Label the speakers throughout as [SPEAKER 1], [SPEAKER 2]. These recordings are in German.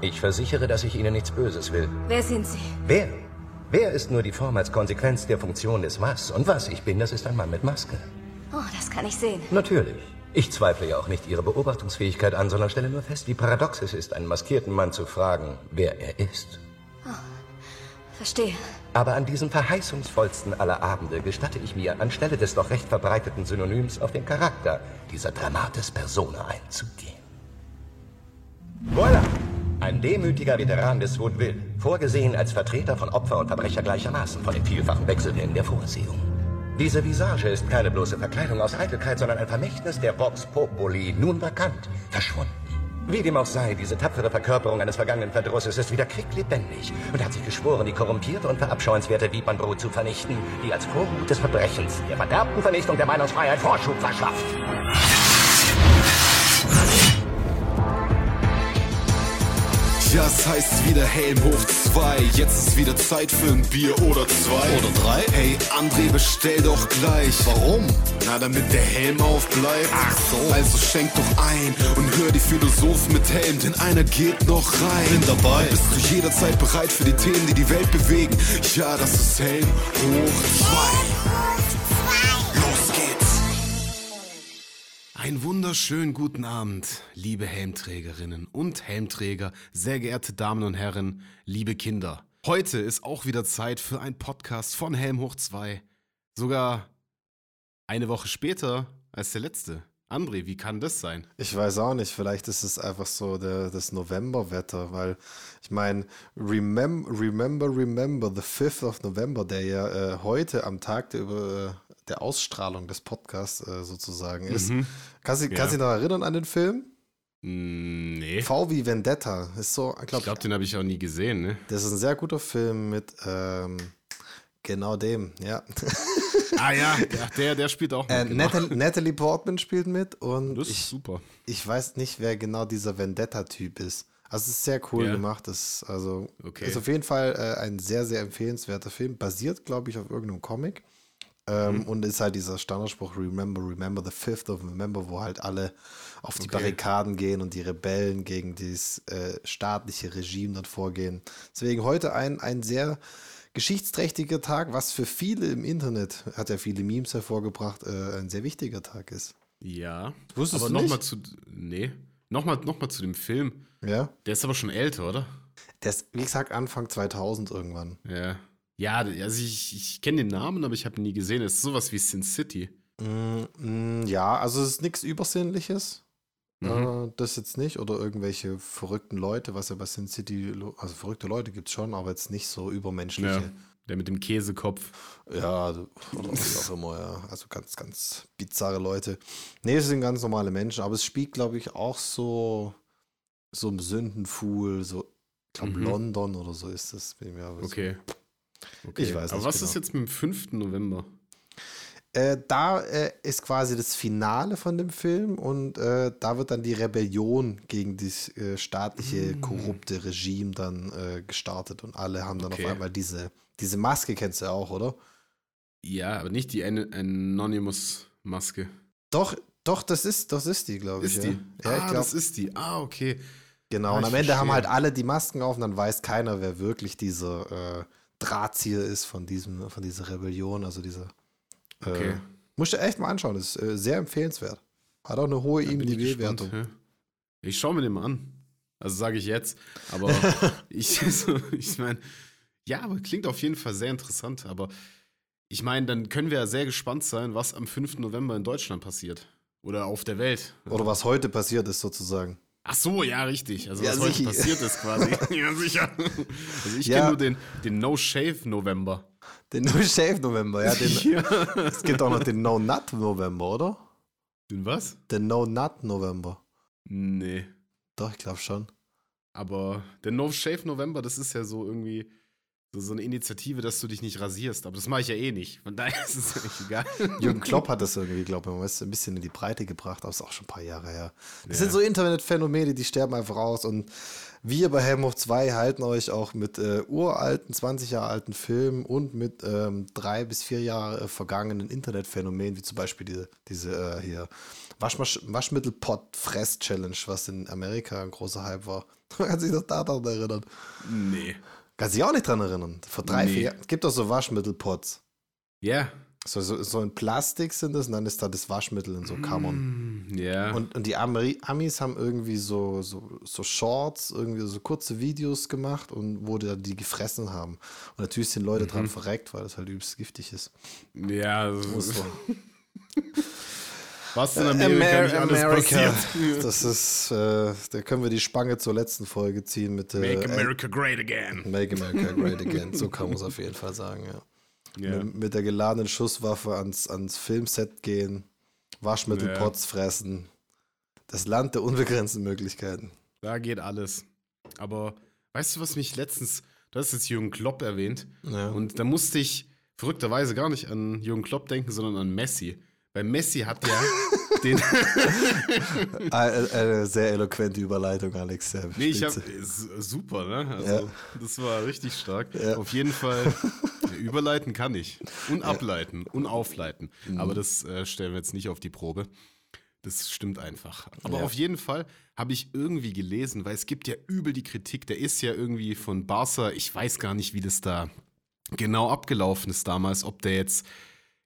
[SPEAKER 1] Ich versichere, dass ich Ihnen nichts Böses will.
[SPEAKER 2] Wer sind Sie?
[SPEAKER 1] Wer? Wer ist nur die Form als Konsequenz der Funktion des Was? Und was ich bin, das ist ein Mann mit Maske.
[SPEAKER 2] Oh, das kann ich sehen.
[SPEAKER 1] Natürlich. Ich zweifle ja auch nicht Ihre Beobachtungsfähigkeit an, sondern stelle nur fest, wie paradox es ist, einen maskierten Mann zu fragen, wer er ist.
[SPEAKER 2] Verstehe.
[SPEAKER 1] Aber an diesem verheißungsvollsten aller Abende gestatte ich mir, anstelle des doch recht verbreiteten Synonyms auf den Charakter dieser Dramatis Persona einzugehen. Voilà! Ein demütiger Veteran des Woodville, vorgesehen als Vertreter von Opfer und Verbrecher gleichermaßen von den vielfachen Wechselwillen der Vorsehung. Diese Visage ist keine bloße Verkleidung aus Eitelkeit, sondern ein Vermächtnis der Vox Populi, nun vakant, verschwunden. Wie dem auch sei, diese tapfere Verkörperung eines vergangenen Verdrusses ist wieder quicklebendig und hat sich geschworen, die korrumpierte und verabscheuenswerte Wiebernbrut zu vernichten, die als Vorhut des Verbrechens der verderbten Vernichtung der Meinungsfreiheit Vorschub verschafft.
[SPEAKER 3] Das heißt wieder Helm hoch 2. Jetzt ist wieder Zeit für ein Bier oder zwei. Oder drei? Hey, André, bestell doch gleich. Warum? Na, damit der Helm aufbleibt. Ach so. Also schenk doch ein und hör die Philosophen mit Helm, denn einer geht noch rein. Bin dabei. Bist du jederzeit bereit für die Themen, die die Welt bewegen? Ja, das ist Helm hoch 2. Los geht's. Einen wunderschönen guten Abend, liebe Helmträgerinnen und Helmträger, sehr geehrte Damen und Herren, liebe Kinder. Heute ist auch wieder Zeit für einen Podcast von Helm hoch 2. Sogar eine Woche später als der letzte. André, wie kann das sein?
[SPEAKER 4] Ich weiß auch nicht, vielleicht ist es einfach so der, das Novemberwetter, weil ich meine, remem remember, remember, the 5th of November, der ja äh, heute am Tag der, Über der Ausstrahlung des Podcasts äh, sozusagen ist.
[SPEAKER 3] Mhm.
[SPEAKER 4] Kannst du kannst du dich noch erinnern an den Film?
[SPEAKER 3] Mm, Nee. Ich
[SPEAKER 4] V wie Vendetta ist so, ich glaube,
[SPEAKER 3] glaube, den habe ich auch nie gesehen, ne?
[SPEAKER 4] das ist ein sehr guter Film mit ähm, genau dem, ja.
[SPEAKER 3] Ah ja, der, der, der spielt auch mit.
[SPEAKER 4] Äh,
[SPEAKER 3] genau.
[SPEAKER 4] Nathalie, Natalie Portman spielt mit und
[SPEAKER 3] Das ist
[SPEAKER 4] ich,
[SPEAKER 3] super.
[SPEAKER 4] ich weiß nicht, wer genau dieser Vendetta-Typ ist. Also es ist sehr cool
[SPEAKER 3] Ja.
[SPEAKER 4] gemacht. Das ist, also
[SPEAKER 3] Okay.
[SPEAKER 4] ist auf jeden Fall äh, ein sehr, sehr empfehlenswerter Film. Basiert, glaube ich, auf irgendeinem Comic. Ähm,
[SPEAKER 3] Mhm.
[SPEAKER 4] Und ist halt dieser Standardspruch Remember, remember the 5th of November, wo halt alle auf die Barrikaden gehen und die Rebellen gegen dieses äh, staatliche Regime dort vorgehen. Deswegen heute ein, ein sehr geschichtsträchtiger Tag, was für viele im Internet, hat ja viele Memes hervorgebracht, äh, ein sehr wichtiger Tag ist.
[SPEAKER 3] Ja.
[SPEAKER 4] Wusstest
[SPEAKER 3] aber
[SPEAKER 4] du
[SPEAKER 3] nochmal
[SPEAKER 4] nicht?
[SPEAKER 3] zu. Nee. Nochmal noch mal zu dem Film.
[SPEAKER 4] Ja?
[SPEAKER 3] Der ist aber schon älter, oder?
[SPEAKER 4] Der ist, wie gesagt, Anfang 2000 irgendwann.
[SPEAKER 3] Ja. Ja, also ich, ich kenne den Namen, aber ich habe ihn nie gesehen. Es ist sowas wie Sin City.
[SPEAKER 4] Mm, ja, also es ist nichts Übersinnliches.
[SPEAKER 3] Mhm.
[SPEAKER 4] Äh, das jetzt nicht. Oder irgendwelche verrückten Leute, was ja bei Sin City, lo- also verrückte Leute gibt es schon, aber jetzt nicht so
[SPEAKER 3] Ja.
[SPEAKER 4] übermenschliche.
[SPEAKER 3] Der mit dem Käsekopf.
[SPEAKER 4] Ja, also- oder wie auch immer, ja. Also ganz, ganz bizarre Leute. Nee, es sind ganz normale Menschen, aber es spielt, glaube ich, auch so, so im Sündenfuhl, so, ich glaube,
[SPEAKER 3] Mhm.
[SPEAKER 4] London oder so ist das. Bin mir aber so-
[SPEAKER 3] Okay.
[SPEAKER 4] Ich weiß
[SPEAKER 3] Aber
[SPEAKER 4] nicht
[SPEAKER 3] was
[SPEAKER 4] genau.
[SPEAKER 3] ist jetzt mit dem 5. November?
[SPEAKER 4] Äh, da äh, ist quasi das Finale von dem Film und äh, da wird dann die Rebellion gegen das äh,
[SPEAKER 3] Mm.
[SPEAKER 4] staatliche, korrupte Regime dann äh, gestartet und alle haben dann
[SPEAKER 3] Okay.
[SPEAKER 4] auf einmal diese, diese Maske, kennst du ja auch, oder?
[SPEAKER 3] Ja, aber nicht die An Anonymous-Maske.
[SPEAKER 4] Doch, doch, das ist, das ist die, glaube ich.
[SPEAKER 3] Ist
[SPEAKER 4] ja.
[SPEAKER 3] die?
[SPEAKER 4] Ja,
[SPEAKER 3] ah,
[SPEAKER 4] ich
[SPEAKER 3] das
[SPEAKER 4] glaube,
[SPEAKER 3] ist die. Ah, okay.
[SPEAKER 4] genau.
[SPEAKER 3] ah,
[SPEAKER 4] und
[SPEAKER 3] ich
[SPEAKER 4] am Ende haben halt
[SPEAKER 3] verstehe.
[SPEAKER 4] alle die Masken auf und dann weiß keiner, wer wirklich dieser äh, Drahtzieher ist von, diesem, von dieser Rebellion, also dieser. Äh,
[SPEAKER 3] Okay.
[SPEAKER 4] Musst du echt mal anschauen, das ist äh, sehr empfehlenswert. Hat auch eine hohe
[SPEAKER 3] Da bin ich gespannt,
[SPEAKER 4] IMDb-Wertung.
[SPEAKER 3] ja. Ich schaue mir den mal an. Also sage ich jetzt. Aber ich, also, ich meine, ja, aber klingt auf jeden Fall sehr interessant. Aber ich meine, dann können wir ja sehr gespannt sein, was am 5. November in Deutschland passiert. Oder auf der Welt.
[SPEAKER 4] Oder was heute passiert ist, sozusagen.
[SPEAKER 3] Ach so, ja, richtig. Also
[SPEAKER 4] Ja,
[SPEAKER 3] was heute
[SPEAKER 4] sicher.
[SPEAKER 3] passiert ist quasi. ja, sicher. Also ich
[SPEAKER 4] Ja.
[SPEAKER 3] kenne nur den, den No-Shave-November.
[SPEAKER 4] Den No Shave November, ja. Den,
[SPEAKER 3] Ja.
[SPEAKER 4] es gibt auch noch den No Nut November, oder?
[SPEAKER 3] Den was?
[SPEAKER 4] Den No Nut November.
[SPEAKER 3] Nee.
[SPEAKER 4] Doch, ich glaube schon.
[SPEAKER 3] Aber der No Shave November, das ist ja so irgendwie so, so eine Initiative, dass du dich nicht rasierst. Aber das mache ich ja eh nicht. Von daher ist es eigentlich egal.
[SPEAKER 4] Jürgen Klopp hat das irgendwie, glaube ich, weißt, du, ein bisschen in die Breite gebracht, aber ist auch schon ein paar Jahre her. Das
[SPEAKER 3] Ja.
[SPEAKER 4] sind so Internetphänomene, die sterben einfach aus. Und wir bei Helmhof 2 halten euch auch mit äh, uralten, 20 Jahre alten Filmen und mit ähm, drei bis vier Jahre äh, vergangenen Internetphänomenen, wie zum Beispiel diese, diese äh, hier Waschmasch Waschmittelpot-Fress-Challenge, was in Amerika ein großer Hype war. Man kann sich noch daran erinnern.
[SPEAKER 5] Nee.
[SPEAKER 4] Kannst dich auch nicht dran erinnern. Vor drei,
[SPEAKER 5] Nee.
[SPEAKER 4] vier Jahren. Gibt doch so Waschmittelpots.
[SPEAKER 5] Ja.
[SPEAKER 4] So, so, so in Plastik sind das und dann ist da das Waschmittel in so Kammern.
[SPEAKER 5] Mm. Ja.
[SPEAKER 4] Und, und die Ameri Amis haben irgendwie so, so, so Shorts, irgendwie so kurze Videos gemacht und wo die dann die gefressen haben. Und natürlich sind Leute
[SPEAKER 5] Mhm.
[SPEAKER 4] dran verreckt, weil das halt übelst giftig ist.
[SPEAKER 5] ja.
[SPEAKER 4] Muss so.
[SPEAKER 5] Was in Amerika nicht alles passiert.
[SPEAKER 4] Das ist, äh, da können wir die Spange zur letzten Folge ziehen mit äh,
[SPEAKER 5] Make America great again.
[SPEAKER 4] Make America Great Again. So kann man es auf jeden Fall sagen, ja.
[SPEAKER 5] Ja.
[SPEAKER 4] Mit, mit der geladenen Schusswaffe ans, ans Filmset gehen, Waschmittelpots fressen. Das Land der unbegrenzten Möglichkeiten.
[SPEAKER 5] Da geht alles. Aber weißt du, was mich letztens, du hast jetzt Jürgen Klopp erwähnt,
[SPEAKER 4] Ja.
[SPEAKER 5] und da musste ich verrückterweise gar nicht an Jürgen Klopp denken, sondern an Messi. Weil Messi hat ja den.
[SPEAKER 4] Eine, Ah, äh, eine sehr eloquente Überleitung, Alex. Sehr
[SPEAKER 5] Nee, ich habe
[SPEAKER 4] spitze.
[SPEAKER 5] super, ne? Also,
[SPEAKER 4] Ja.
[SPEAKER 5] das war richtig stark.
[SPEAKER 4] Ja.
[SPEAKER 5] Auf jeden Fall ja, überleiten kann ich und ableiten und aufleiten,
[SPEAKER 4] Mhm.
[SPEAKER 5] aber das äh, stellen wir jetzt nicht auf die Probe. Das stimmt einfach. Aber
[SPEAKER 4] Ja.
[SPEAKER 5] auf jeden Fall habe ich irgendwie gelesen, weil es gibt ja übel die Kritik, der ist ja irgendwie von Barca, ich weiß gar nicht, wie das da genau abgelaufen ist damals, ob der jetzt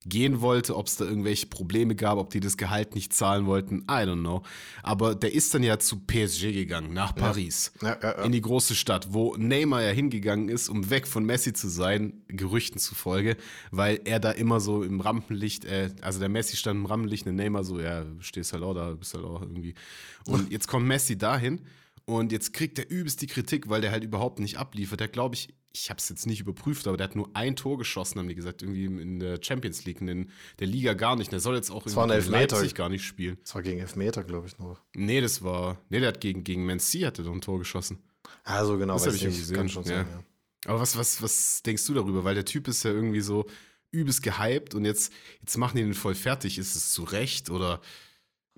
[SPEAKER 5] gehen wollte, ob es da irgendwelche Probleme gab, ob die das Gehalt nicht zahlen wollten, I don't know. Aber der ist dann ja zu PSG gegangen, nach Paris,
[SPEAKER 4] Ja, ja, ja.
[SPEAKER 5] in die große Stadt, wo Neymar ja hingegangen ist, um weg von Messi zu sein, Gerüchten zufolge, weil er da immer so im Rampenlicht, äh, also der Messi stand im Rampenlicht, der Neymar so, ja, stehst halt auch da, bist halt auch irgendwie. Und jetzt kommt Messi dahin und jetzt kriegt er übelst die Kritik, weil der halt überhaupt nicht abliefert. Der glaube ich, ich habe es jetzt nicht überprüft, aber der hat nur ein Tor geschossen, haben die gesagt, irgendwie in der Champions League, in den- der Liga gar nicht. Der soll jetzt auch
[SPEAKER 4] war ein
[SPEAKER 5] irgendwie in
[SPEAKER 4] Elfmeter.
[SPEAKER 5] Leipzig gar nicht spielen.
[SPEAKER 4] Das war gegen Elfmeter, glaube ich, noch.
[SPEAKER 5] Nee, das war, nee, der hat gegen, gegen Man C hatte doch ein Tor geschossen.
[SPEAKER 4] Also genau,
[SPEAKER 5] Das
[SPEAKER 4] weiß
[SPEAKER 5] habe ich irgendwie
[SPEAKER 4] nicht,
[SPEAKER 5] gesehen. ja.
[SPEAKER 4] ja.
[SPEAKER 5] Aber was, was, was denkst du darüber? Weil der Typ ist ja irgendwie so übelst gehypt und jetzt, jetzt machen die den voll fertig. Ist es zu Recht oder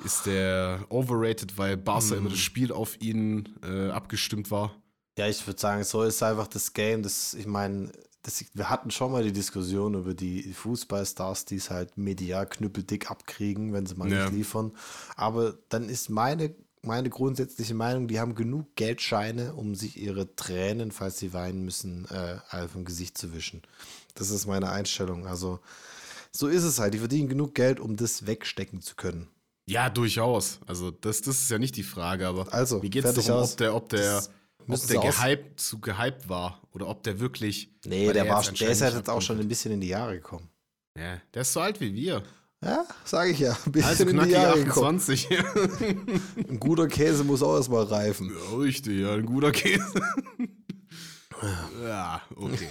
[SPEAKER 5] ist der overrated, weil
[SPEAKER 4] Hm.
[SPEAKER 5] Barca immer das Spiel auf ihn äh, abgestimmt war?
[SPEAKER 4] Ja, ich würde sagen, so ist einfach das Game. Das, ich meine, das, wir hatten schon mal die Diskussion über die Fußballstars, die es halt medial knüppeldick abkriegen, wenn sie mal
[SPEAKER 5] Ja.
[SPEAKER 4] nicht liefern. Aber dann ist meine, meine grundsätzliche Meinung, die haben genug Geldscheine, um sich ihre Tränen, falls sie weinen müssen, äh, alle vom Gesicht zu wischen. Das ist meine Einstellung. Also, so ist es halt. Die verdienen genug Geld, um das wegstecken zu können.
[SPEAKER 5] Ja, durchaus. Also das, das ist ja nicht die Frage, aber
[SPEAKER 4] Also,
[SPEAKER 5] mir geht es
[SPEAKER 4] fertig
[SPEAKER 5] darum,
[SPEAKER 4] aus.
[SPEAKER 5] ob der, ob der,
[SPEAKER 4] Das
[SPEAKER 5] ob
[SPEAKER 4] müssen
[SPEAKER 5] der
[SPEAKER 4] sie aus-
[SPEAKER 5] gehypt zu gehypt war oder ob der wirklich.
[SPEAKER 4] Nee,
[SPEAKER 5] weil
[SPEAKER 4] der,
[SPEAKER 5] er
[SPEAKER 4] war,
[SPEAKER 5] jetzt
[SPEAKER 4] der ist halt
[SPEAKER 5] anscheinend
[SPEAKER 4] jetzt auch
[SPEAKER 5] nicht
[SPEAKER 4] schon
[SPEAKER 5] abkommt.
[SPEAKER 4] ein bisschen in die Jahre gekommen.
[SPEAKER 5] Ja, der ist so alt wie wir.
[SPEAKER 4] Ja, sage ich ja. Ein bisschen
[SPEAKER 5] Also
[SPEAKER 4] in die
[SPEAKER 5] knackig
[SPEAKER 4] Jahre gekommen.
[SPEAKER 5] 28.
[SPEAKER 4] Ein guter Käse muss auch erstmal reifen.
[SPEAKER 5] Ja, richtig, ja, ein guter Käse. ja, okay.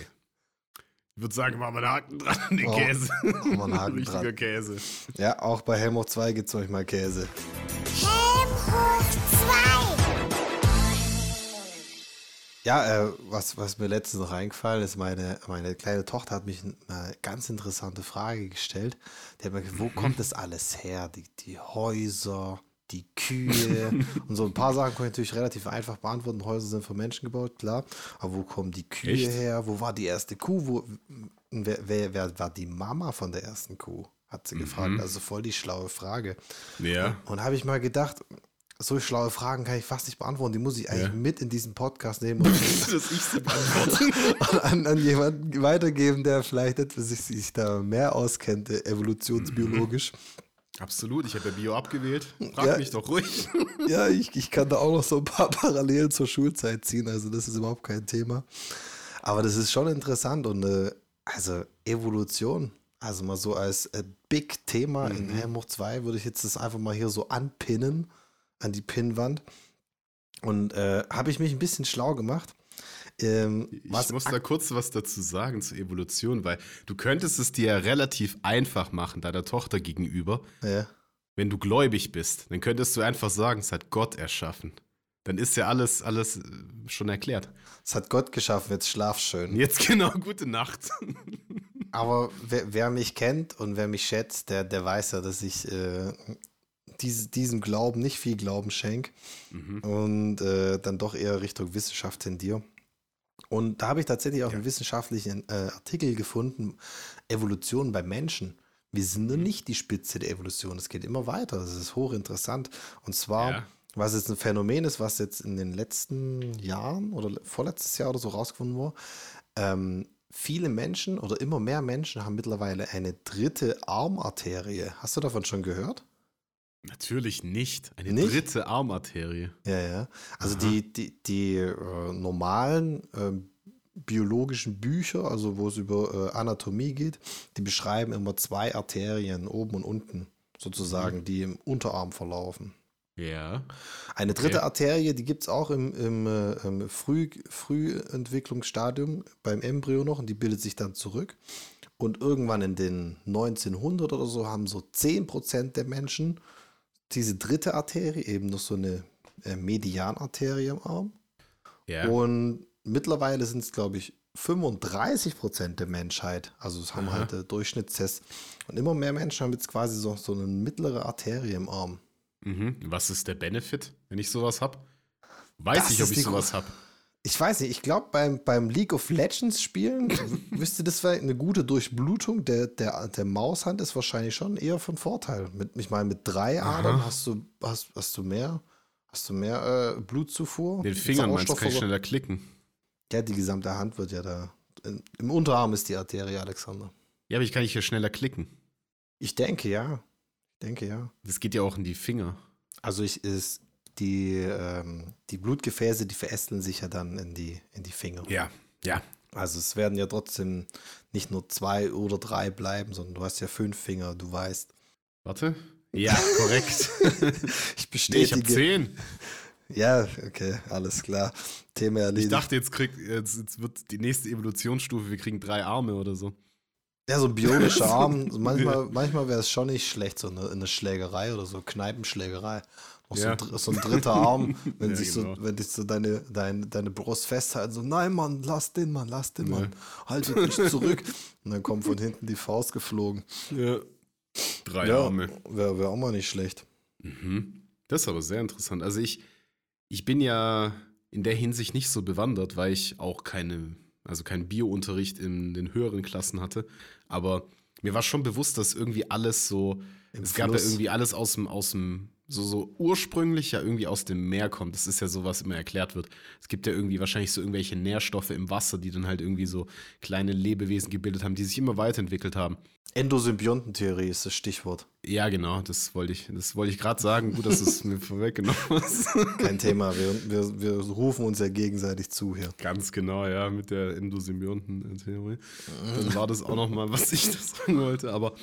[SPEAKER 5] Ich würde sagen, machen wir einen Haken dran an den
[SPEAKER 4] Oh,
[SPEAKER 5] Käse.
[SPEAKER 4] machen wir einen Haken
[SPEAKER 5] Richtiger
[SPEAKER 4] dran.
[SPEAKER 5] Käse.
[SPEAKER 4] Ja, auch bei Helm hoch 2 gibt es manchmal Käse.
[SPEAKER 6] Helm hoch zwei.
[SPEAKER 4] Ja, äh, was, was mir letztens noch eingefallen ist, meine, meine kleine Tochter hat mich eine ganz interessante Frage gestellt. Die hat mir gefragt, wo kommt das alles her? Die, die Häuser, die Kühe und so ein paar Sachen kann ich natürlich relativ einfach beantworten. Häuser sind von Menschen gebaut, klar. Aber wo kommen die Kühe
[SPEAKER 5] Echt?
[SPEAKER 4] her? Wo war die erste Kuh? Wo, wer, wer, wer war die Mama von der ersten Kuh? Hat sie gefragt. Also voll die schlaue Frage.
[SPEAKER 5] Ja.
[SPEAKER 4] Und habe ich mal gedacht, so schlaue Fragen kann ich fast nicht beantworten. Die muss ich eigentlich
[SPEAKER 5] Ja.
[SPEAKER 4] mit in diesen Podcast nehmen und
[SPEAKER 5] Dass ich sie beantworte.
[SPEAKER 4] an, an jemanden weitergeben, der vielleicht etwas sich, sich da mehr auskennt, äh, evolutionsbiologisch.
[SPEAKER 5] Absolut, ich habe ja Bio abgewählt. Frag
[SPEAKER 4] Ja.
[SPEAKER 5] mich doch ruhig.
[SPEAKER 4] ja, ich, ich kann da auch noch so ein paar Parallelen zur Schulzeit ziehen. Also das ist überhaupt kein Thema. Aber das ist schon interessant und äh, also Evolution, also mal so als äh, Big Thema
[SPEAKER 5] Mhm.
[SPEAKER 4] in Helm hoch 2 würde ich jetzt das einfach mal hier so anpinnen an die Pinnwand. Und äh, habe ich mich ein bisschen schlau gemacht. Ähm,
[SPEAKER 5] Ich
[SPEAKER 4] was
[SPEAKER 5] muss da kurz was dazu sagen zur Evolution, weil du könntest es dir ja relativ einfach machen, deiner Tochter gegenüber.
[SPEAKER 4] äh,
[SPEAKER 5] Wenn du gläubig bist, dann könntest du einfach sagen, es hat Gott erschaffen. Dann ist ja alles, alles äh, schon erklärt.
[SPEAKER 4] das hat Gott geschaffen, jetzt schlaf schön.
[SPEAKER 5] Jetzt genau, gute Nacht.
[SPEAKER 4] Aber wer, wer mich kennt und wer mich schätzt, der, der weiß ja, dass ich äh, diese, diesem Glauben nicht viel Glauben schenke und äh, dann doch eher Richtung Wissenschaft tendiere. Und da habe ich tatsächlich auch einen wissenschaftlichen äh, Artikel gefunden, Evolution bei Menschen. Wir sind nur nicht die Spitze der Evolution, es geht immer weiter, das ist hochinteressant. Und zwar
[SPEAKER 5] Ja.
[SPEAKER 4] was jetzt ein Phänomen ist, was jetzt in den letzten Jahren oder vorletztes Jahr oder so rausgefunden wurde. Ähm, viele Menschen oder immer mehr Menschen haben mittlerweile eine dritte Armarterie. Hast du davon schon gehört?
[SPEAKER 5] Natürlich nicht. Eine
[SPEAKER 4] Nicht?
[SPEAKER 5] dritte Armarterie.
[SPEAKER 4] Ja, ja. Also die, die, die äh, normalen ähm, biologischen Bücher, also wo es über äh, Anatomie geht, die beschreiben immer zwei Arterien, oben und unten, sozusagen, die im Unterarm verlaufen.
[SPEAKER 5] Ja.
[SPEAKER 4] Eine dritte
[SPEAKER 5] Okay.
[SPEAKER 4] Arterie, die gibt es auch im, im, äh, im Früh, Frühentwicklungsstadium beim Embryo noch und die bildet sich dann zurück. Und irgendwann in den 1900 oder so haben so 10% der Menschen diese dritte Arterie, eben noch so eine äh, Medianarterie im Arm.
[SPEAKER 5] Ja.
[SPEAKER 4] Und mittlerweile sind es, glaube ich, 35 Prozent der Menschheit. Also das haben halt äh, Durchschnittstests. Und immer mehr Menschen haben jetzt quasi so, so eine mittlere Arterie im Arm.
[SPEAKER 5] Mhm. Was ist der Benefit, wenn ich sowas hab? Weiß
[SPEAKER 4] Das
[SPEAKER 5] ich, ob
[SPEAKER 4] ist
[SPEAKER 5] ich
[SPEAKER 4] die
[SPEAKER 5] sowas
[SPEAKER 4] Gro-
[SPEAKER 5] hab.
[SPEAKER 4] Ich weiß nicht, ich glaube, beim, beim League of Legends Spielen w- wüsste das vielleicht eine gute Durchblutung der, der, der Maushand ist wahrscheinlich schon eher von Vorteil. Mit, ich meine, mit drei Adern hast du, hast, hast du mehr, hast du mehr äh, Blutzufuhr.
[SPEAKER 5] Den Fingern meinst du, kann ich
[SPEAKER 4] Sauerstoffversorgung.
[SPEAKER 5] schneller klicken.
[SPEAKER 4] Ja, die gesamte Hand wird ja da. In, Im Unterarm ist die Arterie, Alexander.
[SPEAKER 5] Ja, aber ich kann hier schneller klicken.
[SPEAKER 4] Ich denke ja. Ich denke ja.
[SPEAKER 5] Das geht ja auch in die Finger.
[SPEAKER 4] Also ich ist die, ähm, die Blutgefäße, die verästeln sich ja dann in die, in die Finger.
[SPEAKER 5] Ja, ja.
[SPEAKER 4] Also es werden ja trotzdem nicht nur zwei oder drei bleiben, sondern du hast ja fünf Finger, du weißt.
[SPEAKER 5] Warte. Ja, korrekt.
[SPEAKER 4] Ich
[SPEAKER 5] nee, ich
[SPEAKER 4] bestätige.
[SPEAKER 5] habe zehn.
[SPEAKER 4] ja, okay, alles klar. Thema
[SPEAKER 5] Ich
[SPEAKER 4] erledigt.
[SPEAKER 5] dachte, jetzt, kriegt, jetzt, jetzt wird die nächste Evolutionsstufe, wir kriegen drei Arme oder so.
[SPEAKER 4] ja, so ein bionischer Arm. So Manchmal, manchmal wäre es schon nicht schlecht, so eine, eine Schlägerei oder so Kneipenschlägerei. Noch so,
[SPEAKER 5] Ja.
[SPEAKER 4] ein, dr- so ein dritter Arm, wenn
[SPEAKER 5] Ja,
[SPEAKER 4] sich
[SPEAKER 5] genau.
[SPEAKER 4] so, wenn dich so deine, deine, deine Brust festhalten, so, nein, Mann, lass den, Mann, lass den, Mann, haltet mich zurück. Und dann kommt von hinten die Faust geflogen.
[SPEAKER 5] Ja. Drei Arme.
[SPEAKER 4] wäre wär auch mal nicht schlecht.
[SPEAKER 5] Mhm. Das ist aber sehr interessant. Also ich, ich bin ja in der Hinsicht nicht so bewandert, weil ich auch keine, also keinen Biounterricht in den höheren Klassen hatte. Aber mir war schon bewusst, dass irgendwie alles so, es gab ja
[SPEAKER 4] Fluss.
[SPEAKER 5] irgendwie alles aus dem, aus dem, so, so ursprünglich ja irgendwie aus dem Meer kommt. Das ist ja so, was immer erklärt wird. Es gibt ja irgendwie wahrscheinlich so irgendwelche Nährstoffe im Wasser, die dann halt irgendwie so kleine Lebewesen gebildet haben, die sich immer weiterentwickelt haben.
[SPEAKER 4] Endosymbiontentheorie ist das Stichwort.
[SPEAKER 5] Ja, genau, das wollte ich, das wollte ich gerade sagen. Gut, dass du es mir vorweggenommen hast.
[SPEAKER 4] Kein Thema, wir, wir, wir rufen uns ja gegenseitig zu hier.
[SPEAKER 5] Ganz genau, ja, mit der Endosymbionten-Theorie. Dann war das auch nochmal, was ich das sagen wollte. Aber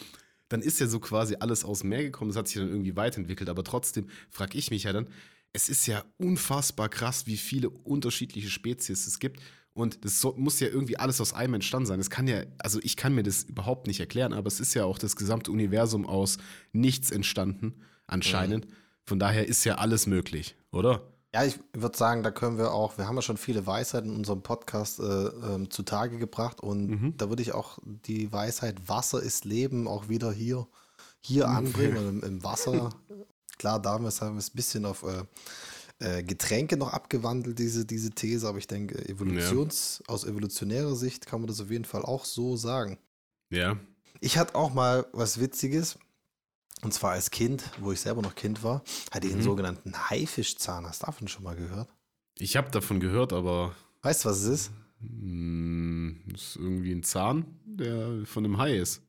[SPEAKER 5] dann ist ja so quasi alles aus dem Meer gekommen. Das hat sich dann irgendwie weiterentwickelt. Aber trotzdem frage ich mich ja dann, es ist ja unfassbar krass, wie viele unterschiedliche Spezies es gibt. Und das so, muss ja irgendwie alles aus einem entstanden sein. Das kann ja, also ich kann mir das überhaupt nicht erklären, aber es ist ja auch das gesamte Universum aus nichts entstanden, anscheinend. Von daher ist ja alles möglich, oder?
[SPEAKER 4] Ja, ich würde sagen, da können wir auch, wir haben ja schon viele Weisheiten in unserem Podcast äh, ähm, zutage gebracht und da würde ich auch die Weisheit Wasser ist Leben auch wieder hier, hier anbringen. Und im, im Wasser, klar, damals haben wir es ein bisschen auf äh, äh, Getränke noch abgewandelt, diese, diese These, aber ich denke, Evolutions, aus evolutionärer Sicht kann man das auf jeden Fall auch so sagen.
[SPEAKER 5] Ja.
[SPEAKER 4] Ich hatte auch mal was Witziges. Und zwar als Kind, wo ich selber noch Kind war, hatte ich
[SPEAKER 5] Mhm.
[SPEAKER 4] einen sogenannten Haifischzahn. Hast du davon schon mal gehört?
[SPEAKER 5] Ich habe davon gehört, aber
[SPEAKER 4] Weißt du, was es ist?
[SPEAKER 5] Mm, Das ist irgendwie ein Zahn, der von einem Hai ist.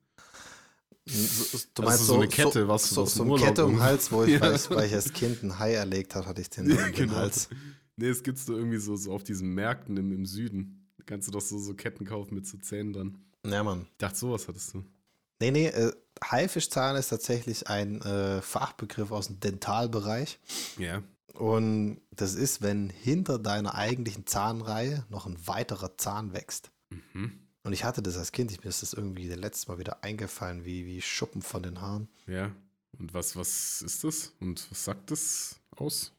[SPEAKER 4] So, du
[SPEAKER 5] Also so eine Kette,
[SPEAKER 4] so,
[SPEAKER 5] was-
[SPEAKER 4] so,
[SPEAKER 5] was
[SPEAKER 4] so
[SPEAKER 5] im
[SPEAKER 4] eine
[SPEAKER 5] Urlaub
[SPEAKER 4] Kette um den
[SPEAKER 5] irgendwie-
[SPEAKER 4] Hals, wo ich,
[SPEAKER 5] Ja. genau.
[SPEAKER 4] weil, ich, weil ich als Kind einen Hai erlegt habe, hatte ich den um den Hals.
[SPEAKER 5] Nee, es gibt's so irgendwie so, so auf diesen Märkten im, im Süden. Da kannst du doch so, so Ketten kaufen mit so Zähnen dann.
[SPEAKER 4] Ja, Mann.
[SPEAKER 5] Ich dachte, sowas hattest du.
[SPEAKER 4] Nee, nee, äh, Haifischzahn ist tatsächlich ein äh, Fachbegriff aus dem Dentalbereich.
[SPEAKER 5] Ja.
[SPEAKER 4] Und das ist, wenn hinter deiner eigentlichen Zahnreihe noch ein weiterer Zahn wächst. Und ich hatte das als Kind, ich, mir ist das irgendwie das letzte Mal wieder eingefallen, wie, wie Schuppen von den Haaren.
[SPEAKER 5] Ja. Und was, was ist das? Und was sagt das aus?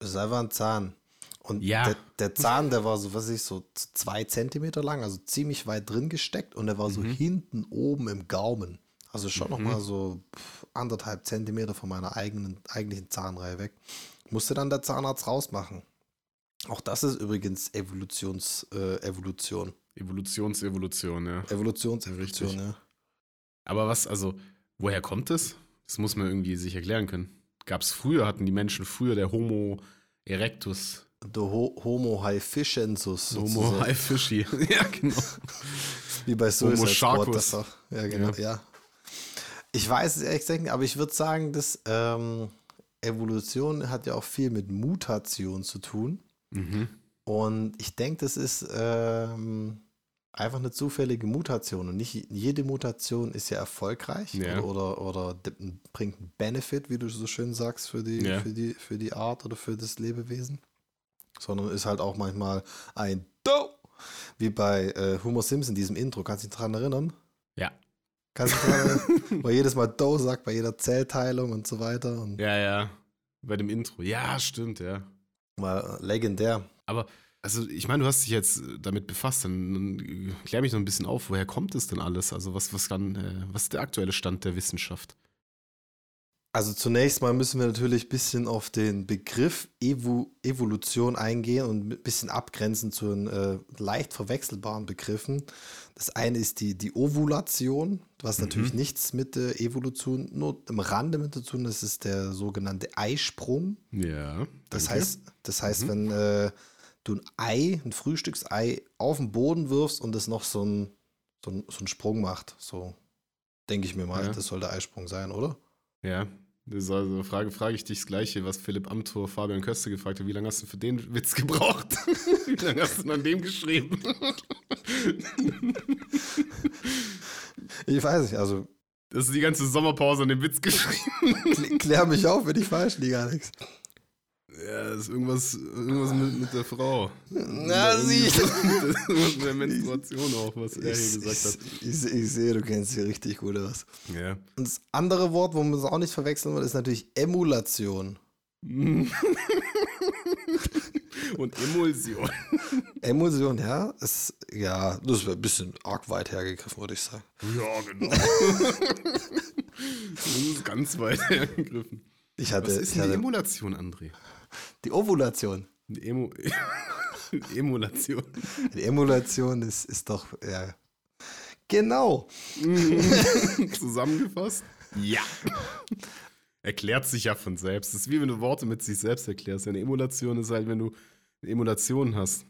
[SPEAKER 4] Das ist einfach ein Zahn. Und
[SPEAKER 5] Ja.
[SPEAKER 4] der, der Zahn, der war so, was weiß ich, so z- zwei Zentimeter lang, also ziemlich weit drin gesteckt und der war so
[SPEAKER 5] Mhm.
[SPEAKER 4] hinten oben im Gaumen. Also schon noch nochmal so pff, anderthalb Zentimeter von meiner eigenen, eigentlichen Zahnreihe weg. Musste dann der Zahnarzt rausmachen. Auch das ist übrigens Evolutions, äh, Evolution.
[SPEAKER 5] Evolutionsevolution, ja.
[SPEAKER 4] Evolutionsevolution, ja.
[SPEAKER 5] Aber was, also, woher kommt das? Das muss man irgendwie sich erklären können. gab es früher, hatten die Menschen früher der Homo erectus.
[SPEAKER 4] The ho Homo Haifischensus.
[SPEAKER 5] Homo
[SPEAKER 4] sozusagen.
[SPEAKER 5] high fishy. ja, genau.
[SPEAKER 4] Wie bei Suicide
[SPEAKER 5] Homo
[SPEAKER 4] Squad.
[SPEAKER 5] Sharkus.
[SPEAKER 4] Das auch. Ja, genau, ja. Ich weiß es ehrlich gesagt, aber ich würde sagen, dass ähm, Evolution hat ja auch viel mit Mutation zu tun.
[SPEAKER 5] Mhm.
[SPEAKER 4] Und ich denke, das ist ähm, einfach eine zufällige Mutation. Und nicht jede Mutation ist ja erfolgreich
[SPEAKER 5] Ja.
[SPEAKER 4] oder, oder, oder d- bringt einen Benefit, wie du so schön sagst, für die,
[SPEAKER 5] Ja.
[SPEAKER 4] für, die, für die Art oder für das Lebewesen. Sondern ist halt auch manchmal ein Do. Wie bei äh, Homer Simpson, diesem Intro. Kannst du dich daran erinnern?
[SPEAKER 5] Ja.
[SPEAKER 4] Kannst du dich daran erinnern? Wo er jedes Mal Do sagt, bei jeder Zellteilung und so weiter. Und
[SPEAKER 5] Ja, ja. Bei dem Intro. Ja, stimmt, ja.
[SPEAKER 4] war legendär.
[SPEAKER 5] Aber, also, ich meine, du hast dich jetzt äh, damit befasst, dann, dann klär mich noch ein bisschen auf, woher kommt es denn alles? Also, was, was kann, äh, was ist der aktuelle Stand der Wissenschaft?
[SPEAKER 4] Also zunächst mal müssen wir natürlich ein bisschen auf den Begriff Evo Evolution eingehen und ein bisschen abgrenzen zu den äh, leicht verwechselbaren Begriffen. Das eine ist die, die Ovulation, was
[SPEAKER 5] Mhm.
[SPEAKER 4] natürlich nichts mit der Evolution, nur im Rande mit zu tun hat. Das ist der sogenannte Eisprung.
[SPEAKER 5] Ja.
[SPEAKER 4] Das
[SPEAKER 5] danke. Mhm.
[SPEAKER 4] heißt, das heißt, wenn äh, du ein Ei, ein Frühstücksei auf den Boden wirfst und es noch so einen so ein, so ein Sprung macht, so denke ich mir mal,
[SPEAKER 5] Ja.
[SPEAKER 4] das soll der Eisprung sein, oder?
[SPEAKER 5] Ja. Das ist also eine Frage, frage ich dich das Gleiche, was Philipp Amthor Fabian Köster gefragt hat. Wie lange hast du für den Witz gebraucht? Wie lange hast du denn an dem geschrieben?
[SPEAKER 4] Ich weiß nicht, also
[SPEAKER 5] Das ist die ganze Sommerpause an dem Witz geschrieben.
[SPEAKER 4] kl- klär mich auf, wenn ich falsch liege, Alex.
[SPEAKER 5] Ja, das ist irgendwas, irgendwas mit, mit der Frau.
[SPEAKER 4] Na, sie-
[SPEAKER 5] Irgendwas mit der Menstruation auch, was er hier gesagt hat.
[SPEAKER 4] ich, ich, ich sehe, du kennst hier richtig gut aus.
[SPEAKER 5] Ja.
[SPEAKER 4] Und das andere Wort, wo man es auch nicht verwechseln will, ist natürlich Emulation.
[SPEAKER 5] Und Emulsion.
[SPEAKER 4] Emulsion, ja, ist, ja, das wäre ein bisschen arg weit hergegriffen, würde ich sagen.
[SPEAKER 5] Ja, genau. das ist ganz weit hergegriffen.
[SPEAKER 4] Ich hatte,
[SPEAKER 5] Was ist
[SPEAKER 4] ich
[SPEAKER 5] denn die
[SPEAKER 4] hatte
[SPEAKER 5] Emulation, André?
[SPEAKER 4] die Ovulation.
[SPEAKER 5] Eine Emo Emulation.
[SPEAKER 4] Die Emulation ist, ist doch, ja. Genau.
[SPEAKER 5] Zusammengefasst? Ja. Erklärt sich ja von selbst. Das ist wie wenn du Worte mit sich selbst erklärst. Eine Emulation ist halt, wenn du eine Emulation hast.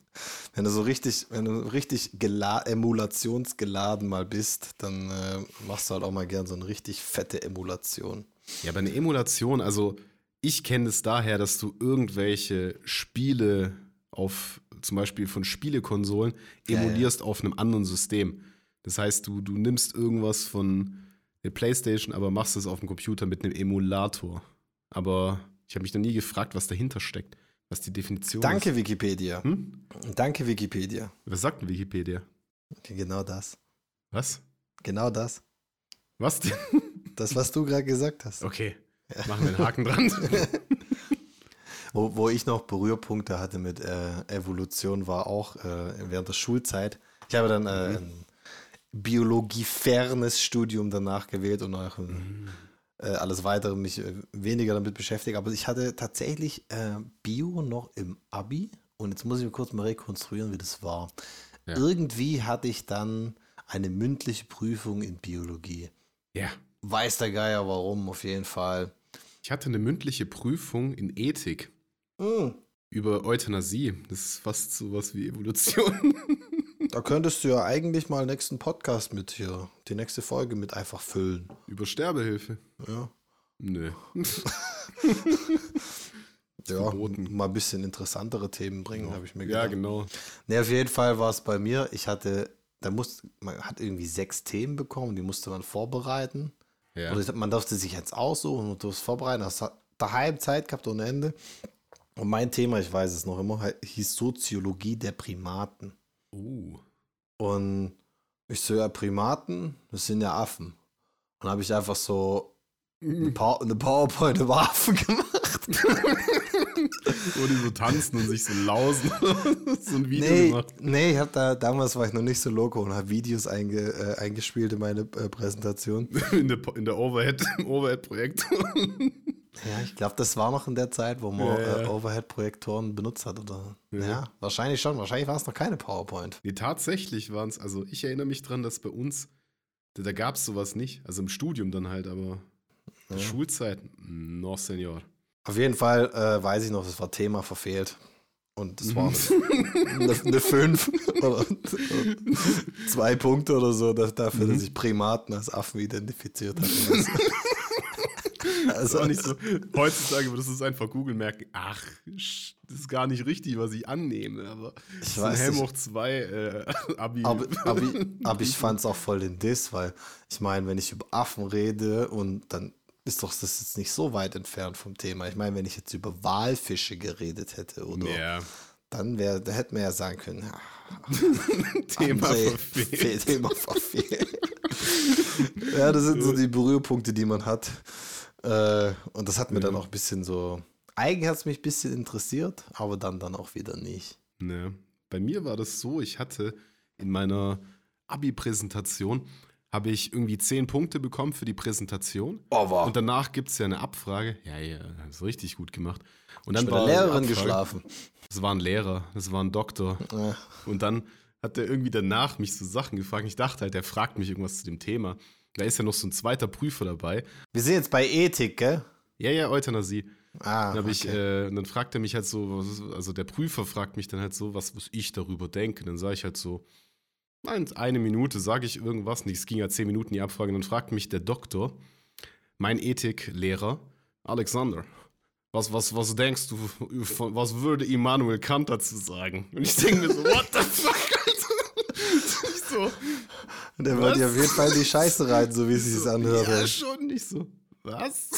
[SPEAKER 4] Wenn du so richtig, wenn du richtig gela emulationsgeladen mal bist, dann äh, machst du halt auch mal gern so eine richtig fette Emulation.
[SPEAKER 5] Ja, aber eine Emulation, also ich kenne es daher, dass du irgendwelche Spiele auf, zum Beispiel von Spielekonsolen,
[SPEAKER 4] ja.
[SPEAKER 5] emulierst auf einem anderen System. Das heißt, du, du nimmst irgendwas von der Playstation, aber machst es auf dem Computer mit einem Emulator. Aber ich habe mich noch nie gefragt, was dahinter steckt, was die Definition ist.
[SPEAKER 4] Danke, Wikipedia.
[SPEAKER 5] Hm?
[SPEAKER 4] Danke, Wikipedia.
[SPEAKER 5] Was sagt denn Wikipedia?
[SPEAKER 4] Genau das.
[SPEAKER 5] Was?
[SPEAKER 4] Genau das.
[SPEAKER 5] Was denn?
[SPEAKER 4] Das, was du gerade gesagt hast.
[SPEAKER 5] Okay, machen wir einen Haken dran.
[SPEAKER 4] Wo, wo ich noch Berührpunkte hatte mit äh, Evolution, war auch äh, während der Schulzeit. Ich habe dann äh, ein biologiefernes Studium danach gewählt und auch äh, äh, alles weitere mich äh, weniger damit beschäftigt. Aber ich hatte tatsächlich äh, Bio noch im Abi und jetzt muss ich mir kurz mal rekonstruieren, wie das war. Irgendwie hatte ich dann eine mündliche Prüfung in Biologie.
[SPEAKER 5] ja.
[SPEAKER 4] Weiß der Geier warum, auf jeden Fall.
[SPEAKER 5] Ich hatte eine mündliche Prüfung in Ethik
[SPEAKER 4] Hm,
[SPEAKER 5] über Euthanasie. Das ist fast sowas wie Evolution.
[SPEAKER 4] Da könntest du ja eigentlich mal nächsten Podcast mit hier, die nächste Folge mit einfach füllen.
[SPEAKER 5] über Sterbehilfe.
[SPEAKER 4] Ja.
[SPEAKER 5] Nö.
[SPEAKER 4] Ja, mal ein bisschen interessantere Themen bringen, habe ich mir
[SPEAKER 5] Ja,
[SPEAKER 4] gedacht.
[SPEAKER 5] genau.
[SPEAKER 4] Nee, auf jeden Fall war es bei mir. Ich hatte, da musste, man hat irgendwie sechs Themen bekommen, die musste man vorbereiten.
[SPEAKER 5] Ja.
[SPEAKER 4] Oder ich glaub, man durfte sich jetzt aussuchen und durfte es vorbereiten. Hast halt da- daheim Zeit gehabt ohne Ende. Und mein Thema, ich weiß es noch immer, he- hieß Soziologie der Primaten.
[SPEAKER 5] Uh.
[SPEAKER 4] Und ich so, ja, Primaten, das sind ja Affen. Und habe ich einfach so eine, Pow- eine PowerPoint über Affen gemacht.
[SPEAKER 5] Wo die so tanzen und sich so lausen. so ein Video
[SPEAKER 4] Nee,
[SPEAKER 5] gemacht.
[SPEAKER 4] nee ich hab da, damals war ich noch nicht so loco und habe Videos einge, äh, eingespielt in meine äh, Präsentation.
[SPEAKER 5] In der, Po- in der Overhead, im Overhead-Projekt.
[SPEAKER 4] Ja, ich glaube, das war noch in der Zeit, wo man
[SPEAKER 5] Ja,
[SPEAKER 4] äh,
[SPEAKER 5] ja.
[SPEAKER 4] Overhead-Projektoren benutzt hat. Oder? Ja. wahrscheinlich schon. Wahrscheinlich war es noch keine PowerPoint.
[SPEAKER 5] nee, tatsächlich waren es, also ich erinnere mich dran, dass bei uns, da, da gab es sowas nicht. Also im Studium dann halt, aber Schulzeit? No, Senor.
[SPEAKER 4] Auf jeden Fall äh, weiß ich noch, das war Thema verfehlt. Und
[SPEAKER 5] Mhm.
[SPEAKER 4] das war eine, eine 5 oder, oder zwei Punkte oder so da- dafür,
[SPEAKER 5] Mhm.
[SPEAKER 4] dass ich Primaten als Affen identifiziert habe. also
[SPEAKER 5] Auch nicht so. Heutzutage würdest du es einfach googeln merken. Ach, sch- das ist gar nicht richtig, was ich annehme. Aber ich
[SPEAKER 4] weiß
[SPEAKER 5] Helm
[SPEAKER 4] nicht.
[SPEAKER 5] hoch 2 äh, Abi.
[SPEAKER 4] Aber, aber, ich- aber ich fand es auch voll den Diss, weil ich meine, wenn ich über Affen rede und dann ist doch das jetzt nicht so weit entfernt vom Thema. Ich meine, wenn ich jetzt über Walfische geredet hätte oder
[SPEAKER 5] ja,
[SPEAKER 4] dann wär, da hätten wir ja sagen können, ah,
[SPEAKER 5] Thema
[SPEAKER 4] André,
[SPEAKER 5] verfehlt.
[SPEAKER 4] fe- Thema verfehlt. ja, das sind so die Berührpunkte, die man hat. Äh, und das hat mir
[SPEAKER 5] Mhm.
[SPEAKER 4] dann auch ein bisschen so. Eigentlich hat es mich ein bisschen interessiert, aber dann dann auch wieder nicht.
[SPEAKER 5] Ne. Bei mir war das so, ich hatte in meiner Abi-Präsentation habe ich irgendwie zehn Punkte bekommen für die Präsentation. Und danach gibt es ja eine Abfrage. Ja, ja, das ist richtig gut gemacht. Und dann
[SPEAKER 4] Ich bin
[SPEAKER 5] war
[SPEAKER 4] mit der Lehrerin
[SPEAKER 5] eine Abfrage.
[SPEAKER 4] geschlafen.
[SPEAKER 5] Es war ein Lehrer, es war ein Doktor. Und dann hat er irgendwie danach mich so Sachen gefragt. Ich dachte halt, er fragt mich irgendwas zu dem Thema. Da ist ja noch so ein zweiter Prüfer dabei.
[SPEAKER 4] Wir sind jetzt bei Ethik, gell?
[SPEAKER 5] Ja, ja, Euthanasie.
[SPEAKER 4] Ah,
[SPEAKER 5] Dann, hab ich, äh, und dann fragt er mich halt so, was ist, also der Prüfer fragt mich dann halt so, was muss ich darüber denken? Dann sage ich halt so, nein, eine Minute sage ich irgendwas, nichts ging ja zehn Minuten die Abfrage. Und dann fragt mich der Doktor, mein Ethiklehrer, Alexander, was, was, was denkst du, von- was würde Immanuel Kant dazu sagen? Und ich denke mir so, what the fuck, Alter? Ich so,
[SPEAKER 4] Der wird
[SPEAKER 5] was?
[SPEAKER 4] ja auf jeden Fall in die Scheiße reiten, so wie es sich
[SPEAKER 5] so,
[SPEAKER 4] anhört.
[SPEAKER 5] Ja, schon nicht so. Was?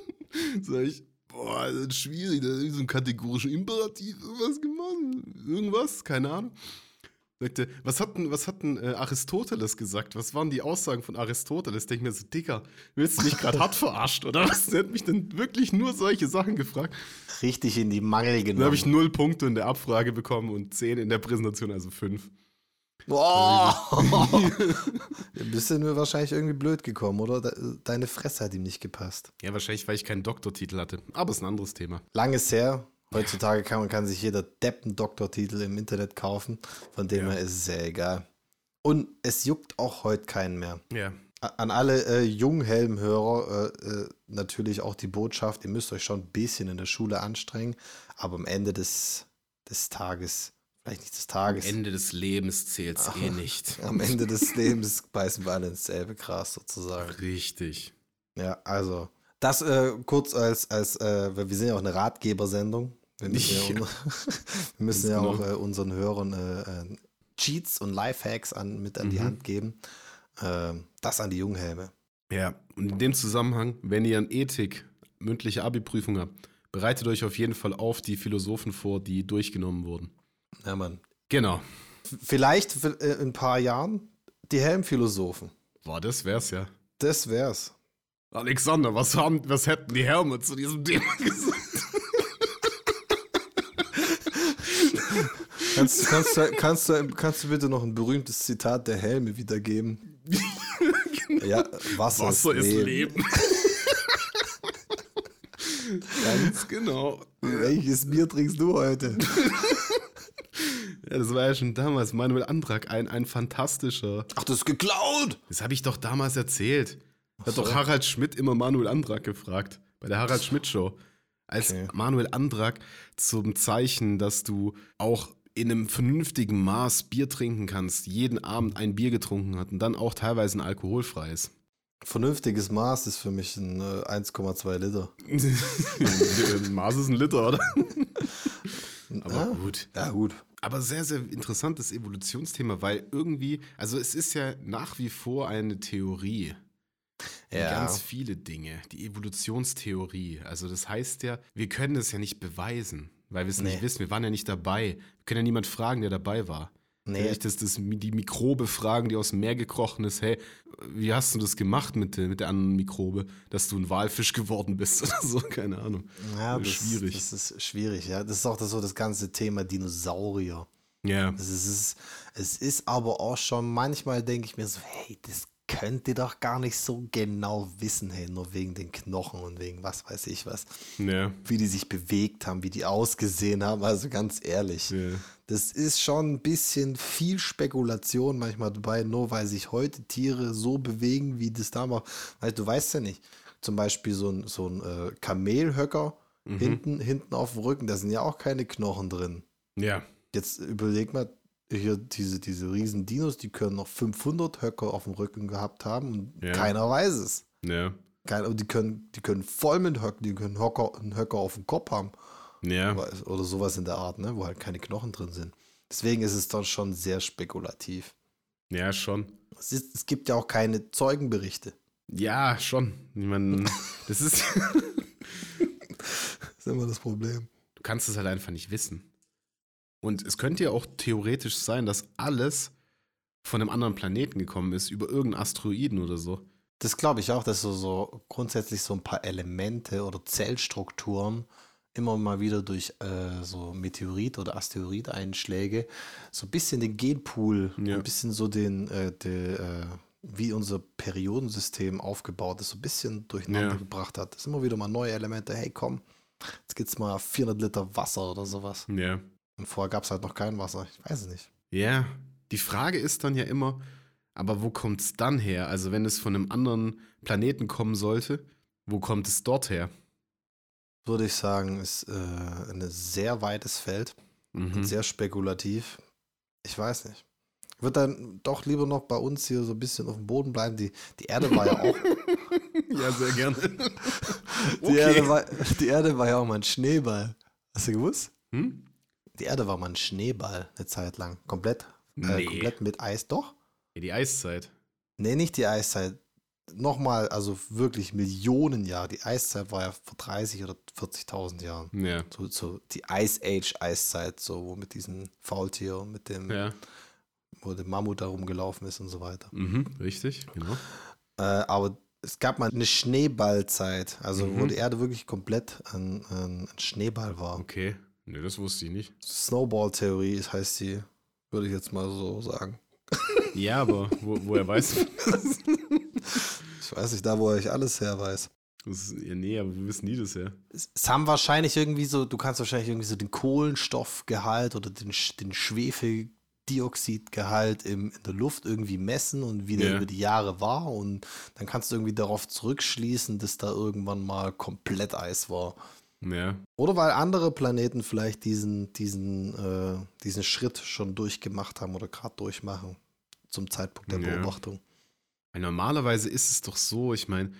[SPEAKER 5] Sag ich, boah, das ist schwierig, da ist so ein kategorischen Imperativ irgendwas gemacht. Irgendwas, keine Ahnung. Sagte, was hat denn, was hat denn äh, Aristoteles gesagt? Was waren die Aussagen von Aristoteles? Denke ich mir so, Dicker, willst du mich gerade hart verarscht oder was? Der hat mich dann wirklich nur solche Sachen gefragt.
[SPEAKER 4] Richtig in die Mangel
[SPEAKER 5] Dann habe ich
[SPEAKER 4] genommen.
[SPEAKER 5] null Punkte in der Abfrage bekommen und zehn in der Präsentation, also fünf.
[SPEAKER 4] Oh! Bist du mir wahrscheinlich irgendwie blöd gekommen, oder? De- Deine Fresse hat ihm nicht gepasst.
[SPEAKER 5] Ja, wahrscheinlich, weil ich keinen Doktortitel hatte. Aber ist ein anderes Thema.
[SPEAKER 4] Langes her. Heutzutage kann man kann sich jeder deppen Doktortitel im Internet kaufen. Von dem her ist es ja egal. Und es juckt auch heute keinen mehr.
[SPEAKER 5] Ja.
[SPEAKER 4] A- An alle äh, Junghelmhörer äh, äh, natürlich auch die Botschaft, ihr müsst euch schon ein bisschen in der Schule anstrengen, aber am Ende des, des Tages, vielleicht nicht des Tages,
[SPEAKER 5] Ende des Lebens zählt's eh nicht.
[SPEAKER 4] am Ende des Lebens beißen wir alle ins selbe Gras sozusagen.
[SPEAKER 5] Richtig.
[SPEAKER 4] Ja, also das äh, kurz als, als äh, weil wir sind ja auch eine Ratgebersendung. Wir müssen ja,
[SPEAKER 5] Ja.
[SPEAKER 4] un- wir müssen ja
[SPEAKER 5] Ganz
[SPEAKER 4] auch
[SPEAKER 5] genau.
[SPEAKER 4] äh, unseren Hörern äh, äh, Cheats und Lifehacks an, mit
[SPEAKER 5] Mhm.
[SPEAKER 4] an die Hand geben. Ähm, das an die Junghelme.
[SPEAKER 5] Ja, und in dem Zusammenhang, wenn ihr an Ethik mündliche Abi-Prüfung habt, bereitet euch auf jeden Fall auf die Philosophen vor, die durchgenommen wurden.
[SPEAKER 4] Ja, Mann.
[SPEAKER 5] Genau.
[SPEAKER 4] Vielleicht w- äh, in ein paar Jahren die Helmphilosophen.
[SPEAKER 5] Boah, das wär's ja.
[SPEAKER 4] Das wär's.
[SPEAKER 5] Alexander, was, haben, was hätten die Helme zu diesem Thema gesagt?
[SPEAKER 4] Kannst, kannst, du, kannst, du, kannst du bitte noch ein berühmtes Zitat der Helme wiedergeben? Ja, Wasser,
[SPEAKER 5] Wasser
[SPEAKER 4] ist Leben.
[SPEAKER 5] Ganz genau.
[SPEAKER 4] Welches Bier trinkst du heute?
[SPEAKER 5] Ja, das war ja schon damals Manuel Antrag, ein, ein fantastischer.
[SPEAKER 4] Ach, das ist geklaut!
[SPEAKER 5] Das habe ich doch damals erzählt. Hat doch Harald Schmidt immer Manuel Andrack gefragt. Bei der Harald Schmidt Show. Als Manuel Andrack zum Zeichen, dass du auch in einem vernünftigen Maß Bier trinken kannst, jeden Abend ein Bier getrunken hat und dann auch teilweise ein alkoholfreies.
[SPEAKER 4] Vernünftiges Maß ist für mich ein äh, 1,2 Liter.
[SPEAKER 5] ein Maß ist ein Liter, oder? Aber gut.
[SPEAKER 4] Ja, gut.
[SPEAKER 5] Aber sehr, sehr interessantes Evolutionsthema, weil irgendwie, also es ist ja nach wie vor eine Theorie. wie ganz viele Dinge. Die Evolutionstheorie. Also das heißt ja, wir können es ja nicht beweisen, weil wir es nicht
[SPEAKER 4] Nee.
[SPEAKER 5] wissen. Wir waren ja nicht dabei. Wir können ja niemand fragen, der dabei war.
[SPEAKER 4] Nee.
[SPEAKER 5] Vielleicht ist das die Mikrobe fragen, die aus dem Meer gekrochen ist. Hey, wie hast du das gemacht mit, der- mit der anderen Mikrobe, dass du ein Walfisch geworden bist oder so? Keine Ahnung.
[SPEAKER 4] Ja, das,
[SPEAKER 5] das, schwierig.
[SPEAKER 4] das ist schwierig, ja. Das ist auch das, so das ganze Thema Dinosaurier.
[SPEAKER 5] ja.
[SPEAKER 4] Das ist, es- es ist aber auch schon, manchmal denke ich mir so, hey, das könnt ihr doch gar nicht so genau wissen, hey, nur wegen den Knochen und wegen was weiß ich was.
[SPEAKER 5] ja.
[SPEAKER 4] Wie die sich bewegt haben, wie die ausgesehen haben, also ganz ehrlich.
[SPEAKER 5] Ja.
[SPEAKER 4] Das ist schon ein bisschen viel Spekulation manchmal dabei, nur weil sich heute Tiere so bewegen, wie das damals. Weißt du, du weißt ja nicht. zum Beispiel so ein, so ein äh, Kamelhöcker
[SPEAKER 5] Mhm.
[SPEAKER 4] hinten, hinten auf dem Rücken, da sind ja auch keine Knochen drin.
[SPEAKER 5] Ja.
[SPEAKER 4] Jetzt überleg mal, hier diese, diese riesen Dinos, die können noch 500 Höcker auf dem Rücken gehabt haben und
[SPEAKER 5] Ja.
[SPEAKER 4] keiner weiß es.
[SPEAKER 5] Ja.
[SPEAKER 4] Kein, und die können, die können voll mit Höcken, die können Hocker, einen Höcker auf dem Kopf haben
[SPEAKER 5] Ja.
[SPEAKER 4] Weil- oder sowas in der Art, ne? wo halt keine Knochen drin sind. Deswegen ist es dann schon sehr spekulativ.
[SPEAKER 5] Ja, schon.
[SPEAKER 4] Es, ist, es gibt ja auch keine Zeugenberichte.
[SPEAKER 5] Ja, schon. Ich meine, das ist.
[SPEAKER 4] Das ist immer das Problem.
[SPEAKER 5] Du kannst es halt einfach nicht wissen. Und es könnte ja auch theoretisch sein, dass alles von einem anderen Planeten gekommen ist, über irgendeinen Asteroiden oder so.
[SPEAKER 4] Das glaube ich auch, dass so, so grundsätzlich so ein paar Elemente oder Zellstrukturen immer mal wieder durch äh, so Meteorit- oder Asteroideinschläge so ein bisschen den Genpool,
[SPEAKER 5] Ja.
[SPEAKER 4] ein bisschen so den, äh, de, äh, wie unser Periodensystem aufgebaut ist, so ein bisschen durcheinander
[SPEAKER 5] Ja.
[SPEAKER 4] gebracht hat. Es sind immer wieder mal neue Elemente. Hey, komm, jetzt gibt's mal 400 Liter Wasser oder sowas.
[SPEAKER 5] Ja.
[SPEAKER 4] Und vorher gab es halt noch kein Wasser. Ich weiß es nicht.
[SPEAKER 5] Ja. Die Frage ist dann ja immer, aber wo kommt es dann her? Also, wenn es von einem anderen Planeten kommen sollte, wo kommt es dort her?
[SPEAKER 4] Würde ich sagen, ist äh, ein sehr weites Feld. und
[SPEAKER 5] Mhm.
[SPEAKER 4] sehr spekulativ. Ich weiß nicht. Ich würde dann doch lieber noch bei uns hier so ein bisschen auf dem Boden bleiben. Die, die Erde war ja auch.
[SPEAKER 5] Ja, sehr gerne.
[SPEAKER 4] Die, Erde war, die Erde war ja auch mal ein Schneeball. Hast du gewusst?
[SPEAKER 5] Hm?
[SPEAKER 4] Die Erde war mal ein Schneeball eine Zeit lang. Komplett. Äh,
[SPEAKER 5] Nee.
[SPEAKER 4] Komplett mit Eis. Doch?
[SPEAKER 5] Ja, die Eiszeit.
[SPEAKER 4] Nee, nicht die Eiszeit. Nochmal, also wirklich Millionen Jahre. Die Eiszeit war ja vor 30 oder 40.000 Jahren.
[SPEAKER 5] Ja.
[SPEAKER 4] So, so die Ice Age Eiszeit, so wo mit diesem Faultier und mit dem,
[SPEAKER 5] Ja.
[SPEAKER 4] wo der Mammut da rumgelaufen ist und so weiter.
[SPEAKER 5] Mhm. Richtig, genau.
[SPEAKER 4] Äh, aber es gab mal eine Schneeballzeit, also wo
[SPEAKER 5] Mhm.
[SPEAKER 4] die Erde wirklich komplett ein, ein, ein Schneeball war.
[SPEAKER 5] Okay. Nee, das wusste ich nicht.
[SPEAKER 4] Snowball-Theorie das heißt sie, würde ich jetzt mal so sagen.
[SPEAKER 5] Ja, aber wo, woher weißt du?
[SPEAKER 4] Ich weiß nicht, da wo ich alles her weiß.
[SPEAKER 5] Das ist, ja, nee, aber wir wissen nie das ja.
[SPEAKER 4] Es es haben wahrscheinlich irgendwie so, du kannst wahrscheinlich irgendwie so den Kohlenstoffgehalt oder den, Sch- den Schwefeldioxidgehalt im, in der Luft irgendwie messen und wie der
[SPEAKER 5] Ja.
[SPEAKER 4] über die Jahre war. Und dann kannst du irgendwie darauf zurückschließen, dass da irgendwann mal komplett Eis war.
[SPEAKER 5] Ja.
[SPEAKER 4] Oder weil andere Planeten vielleicht diesen, diesen, äh, diesen Schritt schon durchgemacht haben oder gerade durchmachen zum Zeitpunkt der
[SPEAKER 5] Ja.
[SPEAKER 4] Beobachtung.
[SPEAKER 5] Weil normalerweise ist es doch so, ich meine,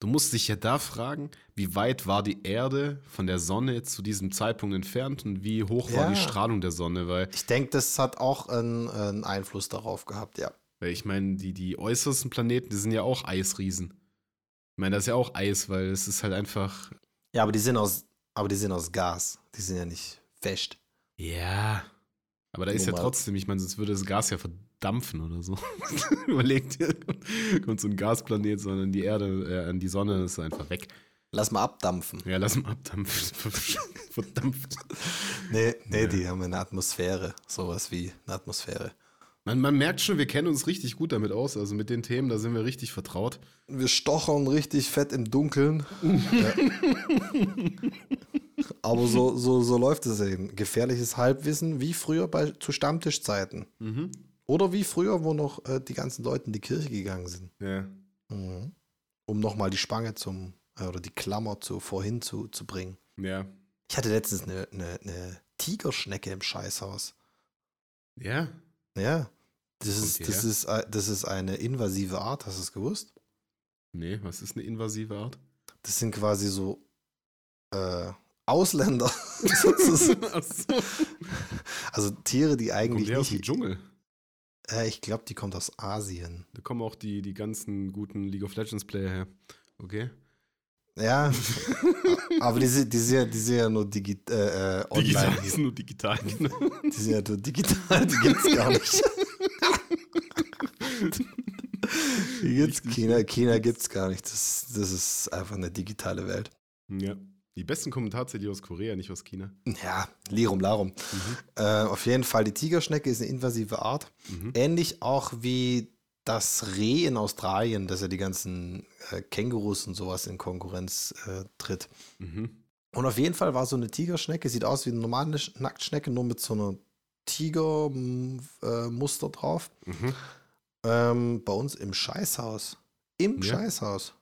[SPEAKER 5] du musst dich ja da fragen, wie weit war die Erde von der Sonne zu diesem Zeitpunkt entfernt und wie hoch war
[SPEAKER 4] Ja.
[SPEAKER 5] die Strahlung der Sonne, weil,
[SPEAKER 4] Ich denke, das hat auch einen, einen Einfluss darauf gehabt, ja.
[SPEAKER 5] weil ich meine, die, die äußersten Planeten, die sind ja auch Eisriesen. Ich meine, das ist ja auch Eis, weil es ist halt einfach,
[SPEAKER 4] Ja, aber die sind aus, aber die sind aus Gas. Die sind ja nicht fest.
[SPEAKER 5] ja. Aber da ist ja
[SPEAKER 4] Normal.
[SPEAKER 5] trotzdem, ich meine, sonst würde das Gas ja verdampfen oder so. Überleg dir, kommt so ein Gasplanet, sondern die Erde, äh, an die Sonne ist einfach weg.
[SPEAKER 4] Lass mal abdampfen.
[SPEAKER 5] Ja, lass mal abdampfen. Verdampft.
[SPEAKER 4] Nee, nee, die haben eine Atmosphäre. Sowas wie eine Atmosphäre.
[SPEAKER 5] Man, man merkt schon, wir kennen uns richtig gut damit aus. Also mit den Themen, da sind wir richtig vertraut.
[SPEAKER 4] Wir stochern richtig fett im Dunkeln. ja. Aber so, so, so läuft es eben. Gefährliches Halbwissen, wie früher bei, zu Stammtischzeiten.
[SPEAKER 5] Mhm.
[SPEAKER 4] Oder wie früher, wo noch äh, die ganzen Leute in die Kirche gegangen sind,
[SPEAKER 5] Ja.
[SPEAKER 4] um nochmal die Spange zum, äh, oder die Klammer zu, vorhin zu, zu bringen.
[SPEAKER 5] Ja.
[SPEAKER 4] Ich hatte letztens eine, eine, eine Tigerschnecke im Scheißhaus.
[SPEAKER 5] Ja.
[SPEAKER 4] Ja. Das
[SPEAKER 5] Kommt die
[SPEAKER 4] ist, das,
[SPEAKER 5] her?
[SPEAKER 4] ist, äh, das ist eine invasive Art, hast du es gewusst?
[SPEAKER 5] Nee, was ist eine invasive Art?
[SPEAKER 4] Das sind quasi so äh, Ausländer. sozusagen.
[SPEAKER 5] Achso.
[SPEAKER 4] also Tiere, die
[SPEAKER 5] Kommt
[SPEAKER 4] eigentlich
[SPEAKER 5] her aus dem
[SPEAKER 4] nicht.
[SPEAKER 5] Dschungel.
[SPEAKER 4] Äh, ich glaube, die kommt aus Asien.
[SPEAKER 5] Da kommen auch die, die ganzen guten League of Legends Player her. Okay.
[SPEAKER 4] Ja. aber die, sind- die, sind ja, die sind ja nur digi äh, äh, online.
[SPEAKER 5] Digital. Die sind nur digital, genau.
[SPEAKER 4] Die sind ja nur digital, die gibt's gar nicht. Die gibt's, China, China gibt's gar nicht. Das, das ist einfach eine digitale Welt.
[SPEAKER 5] Ja. Die besten Kommentare sind die aus Korea, nicht aus China.
[SPEAKER 4] Ja, Lirum Larum.
[SPEAKER 5] Mhm.
[SPEAKER 4] Äh, auf jeden Fall, die Tigerschnecke ist eine invasive Art.
[SPEAKER 5] Mhm.
[SPEAKER 4] Ähnlich auch wie das Reh in Australien, dass ja die ganzen äh, Kängurus und sowas in Konkurrenz äh, tritt.
[SPEAKER 5] Mhm.
[SPEAKER 4] Und auf jeden Fall war so eine Tigerschnecke, sieht aus wie eine normale Sch- Nacktschnecke, nur mit so einer Tigermuster drauf.
[SPEAKER 5] Mhm.
[SPEAKER 4] Ähm, bei uns im Scheißhaus. Im
[SPEAKER 5] Ja.
[SPEAKER 4] Scheißhaus.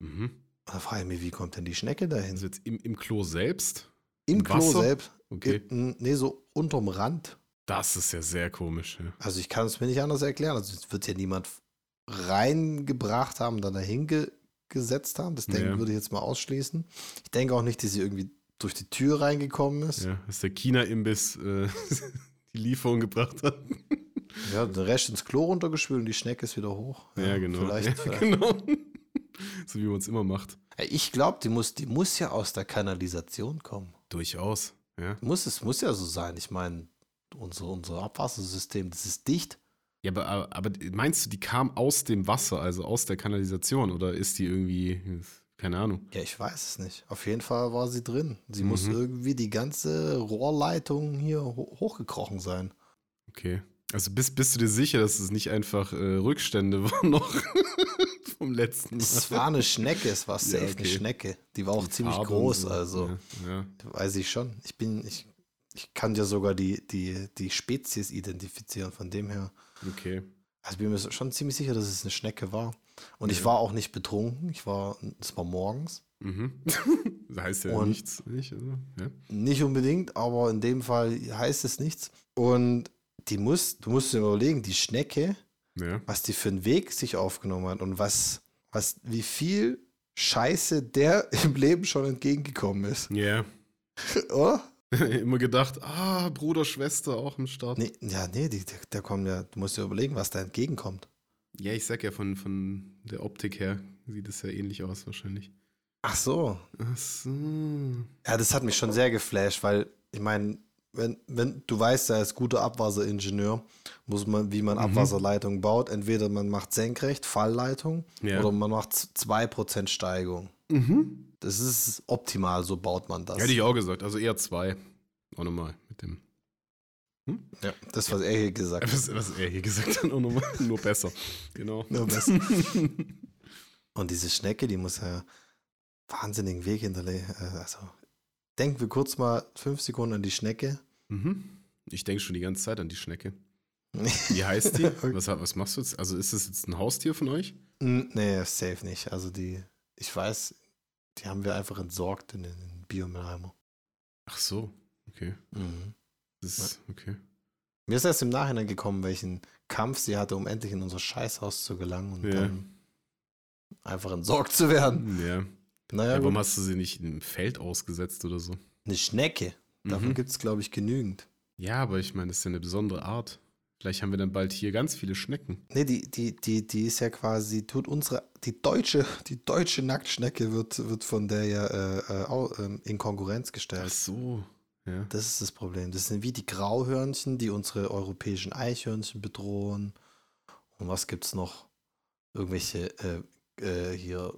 [SPEAKER 5] Mhm.
[SPEAKER 4] Da frage ich mich, wie kommt denn die Schnecke dahin?
[SPEAKER 5] Also jetzt im, im Klo selbst?
[SPEAKER 4] Im Klo
[SPEAKER 5] Wasser?
[SPEAKER 4] selbst?
[SPEAKER 5] Okay.
[SPEAKER 4] Im- Nee, so unterm Rand.
[SPEAKER 5] Das ist ja sehr komisch. Ja.
[SPEAKER 4] Also ich kann es mir nicht anders erklären. Also es wird ja niemand reingebracht haben, dann dahin ge gesetzt haben. Das Denken
[SPEAKER 5] Ja.
[SPEAKER 4] würde ich jetzt mal ausschließen. Ich denke auch nicht, dass sie irgendwie durch die Tür reingekommen ist. Ja,
[SPEAKER 5] Ja, dass der China-Imbiss äh, die Lieferung gebracht hat.
[SPEAKER 4] den Rest ins Klo runtergespült und die Schnecke ist wieder hoch.
[SPEAKER 5] Ja, genau.
[SPEAKER 4] Vielleicht,
[SPEAKER 5] ja,
[SPEAKER 4] vielleicht.
[SPEAKER 5] genau. so wie man es immer macht.
[SPEAKER 4] Ich glaube, die muss, die muss ja aus der Kanalisation kommen.
[SPEAKER 5] Durchaus. Ja.
[SPEAKER 4] Muss es, muss ja so sein. Ich meine, unser, unser Abwassersystem, das ist dicht.
[SPEAKER 5] ja, aber, aber- aber meinst du, die kam aus dem Wasser, also aus der Kanalisation? Oder ist die irgendwie, keine Ahnung.
[SPEAKER 4] Ja, ich weiß es nicht. Auf jeden Fall war sie drin. Sie
[SPEAKER 5] Mhm.
[SPEAKER 4] muss irgendwie die ganze Rohrleitung hier ho hochgekrochen sein.
[SPEAKER 5] Okay. Also bist, bist du dir sicher, dass es nicht einfach äh, Rückstände waren noch vom letzten Mal?
[SPEAKER 4] Es war eine Schnecke, es war safe
[SPEAKER 5] okay.
[SPEAKER 4] eine Schnecke. Die war auch ziemlich
[SPEAKER 5] Farbe und
[SPEAKER 4] groß,
[SPEAKER 5] so.
[SPEAKER 4] also
[SPEAKER 5] Ja, ja.
[SPEAKER 4] weiß ich schon. Ich bin, ich, ich kann ja sogar die, die, die Spezies identifizieren, von dem her.
[SPEAKER 5] okay.
[SPEAKER 4] Also bin mir so- schon ziemlich sicher, dass es eine Schnecke war. Und ich war auch nicht betrunken. Ich war, es war morgens.
[SPEAKER 5] Mhm. Das heißt ja
[SPEAKER 4] Und-
[SPEAKER 5] nichts. Nicht? Also, ja.
[SPEAKER 4] Nicht unbedingt, aber in dem Fall heißt es nichts. Und die muss, du musst dir überlegen, die Schnecke,
[SPEAKER 5] ja.
[SPEAKER 4] was die für einen Weg sich aufgenommen hat und was, was, wie viel Scheiße der im Leben schon entgegengekommen ist, Oh?
[SPEAKER 5] Ja.
[SPEAKER 4] oder?
[SPEAKER 5] Immer gedacht, ah, Bruder, Schwester auch im Start.
[SPEAKER 4] Nee, ja, nee, die, die- da kommen ja, du musst dir überlegen, was da entgegenkommt.
[SPEAKER 5] Ja, ich sag ja, von, von der Optik her sieht es ja ähnlich aus wahrscheinlich.
[SPEAKER 4] Ach so.
[SPEAKER 5] Ach so. Mhm.
[SPEAKER 4] Ja, das hat mich schon sehr geflasht, weil ich meine, wenn, wenn du weißt, er ist guter Abwasseringenieur, muss man, wie man Abwasserleitungen baut, entweder man macht senkrecht, Fallleitung,
[SPEAKER 5] Ja.
[SPEAKER 4] oder man macht z- 2% Steigung. Das ist optimal, so baut man das.
[SPEAKER 5] Hätte ich auch gesagt, also eher zwei. Auch nochmal mit dem.
[SPEAKER 4] Ja, das, was er hier gesagt hat.
[SPEAKER 5] Was, was er hier gesagt hat, auch nochmal. Nur besser. Genau.
[SPEAKER 4] Nur besser. Und diese Schnecke, die muss ja wahnsinnigen Weg hinterlegen. Also, denken wir kurz mal fünf Sekunden an die Schnecke.
[SPEAKER 5] Mhm. Ich denke schon die ganze Zeit an die Schnecke. Wie heißt die? Was, was machst du jetzt? Also ist das jetzt ein Haustier von euch?
[SPEAKER 4] Mm, Nee, safe nicht. Also die, ich weiß, die haben wir einfach entsorgt in den in den Biomülleimer.
[SPEAKER 5] Ach so, okay. Mhm. Das ist, okay.
[SPEAKER 4] Mir ist erst im Nachhinein gekommen, welchen Kampf sie hatte, um endlich in unser Scheißhaus zu gelangen und
[SPEAKER 5] Ja.
[SPEAKER 4] dann einfach entsorgt zu werden.
[SPEAKER 5] Ja.
[SPEAKER 4] Naja,
[SPEAKER 5] ja.
[SPEAKER 4] gut.
[SPEAKER 5] Warum hast du sie nicht im Feld ausgesetzt oder so?
[SPEAKER 4] eine Schnecke. Davon
[SPEAKER 5] Mhm.
[SPEAKER 4] gibt es, glaube ich, genügend.
[SPEAKER 5] Ja, aber ich meine, das ist ja eine besondere Art. Vielleicht haben wir dann bald hier ganz viele Schnecken.
[SPEAKER 4] Nee, die, die, die, die ist ja quasi, tut unsere, die deutsche, die deutsche Nacktschnecke wird, wird von der ja äh, äh, au- ähm, in Konkurrenz
[SPEAKER 5] Ach
[SPEAKER 4] gestellt.
[SPEAKER 5] so. Ja.
[SPEAKER 4] Das ist das Problem. Das sind wie die Grauhörnchen, die unsere europäischen Eichhörnchen bedrohen. Und was gibt's noch? Irgendwelche äh, äh, hier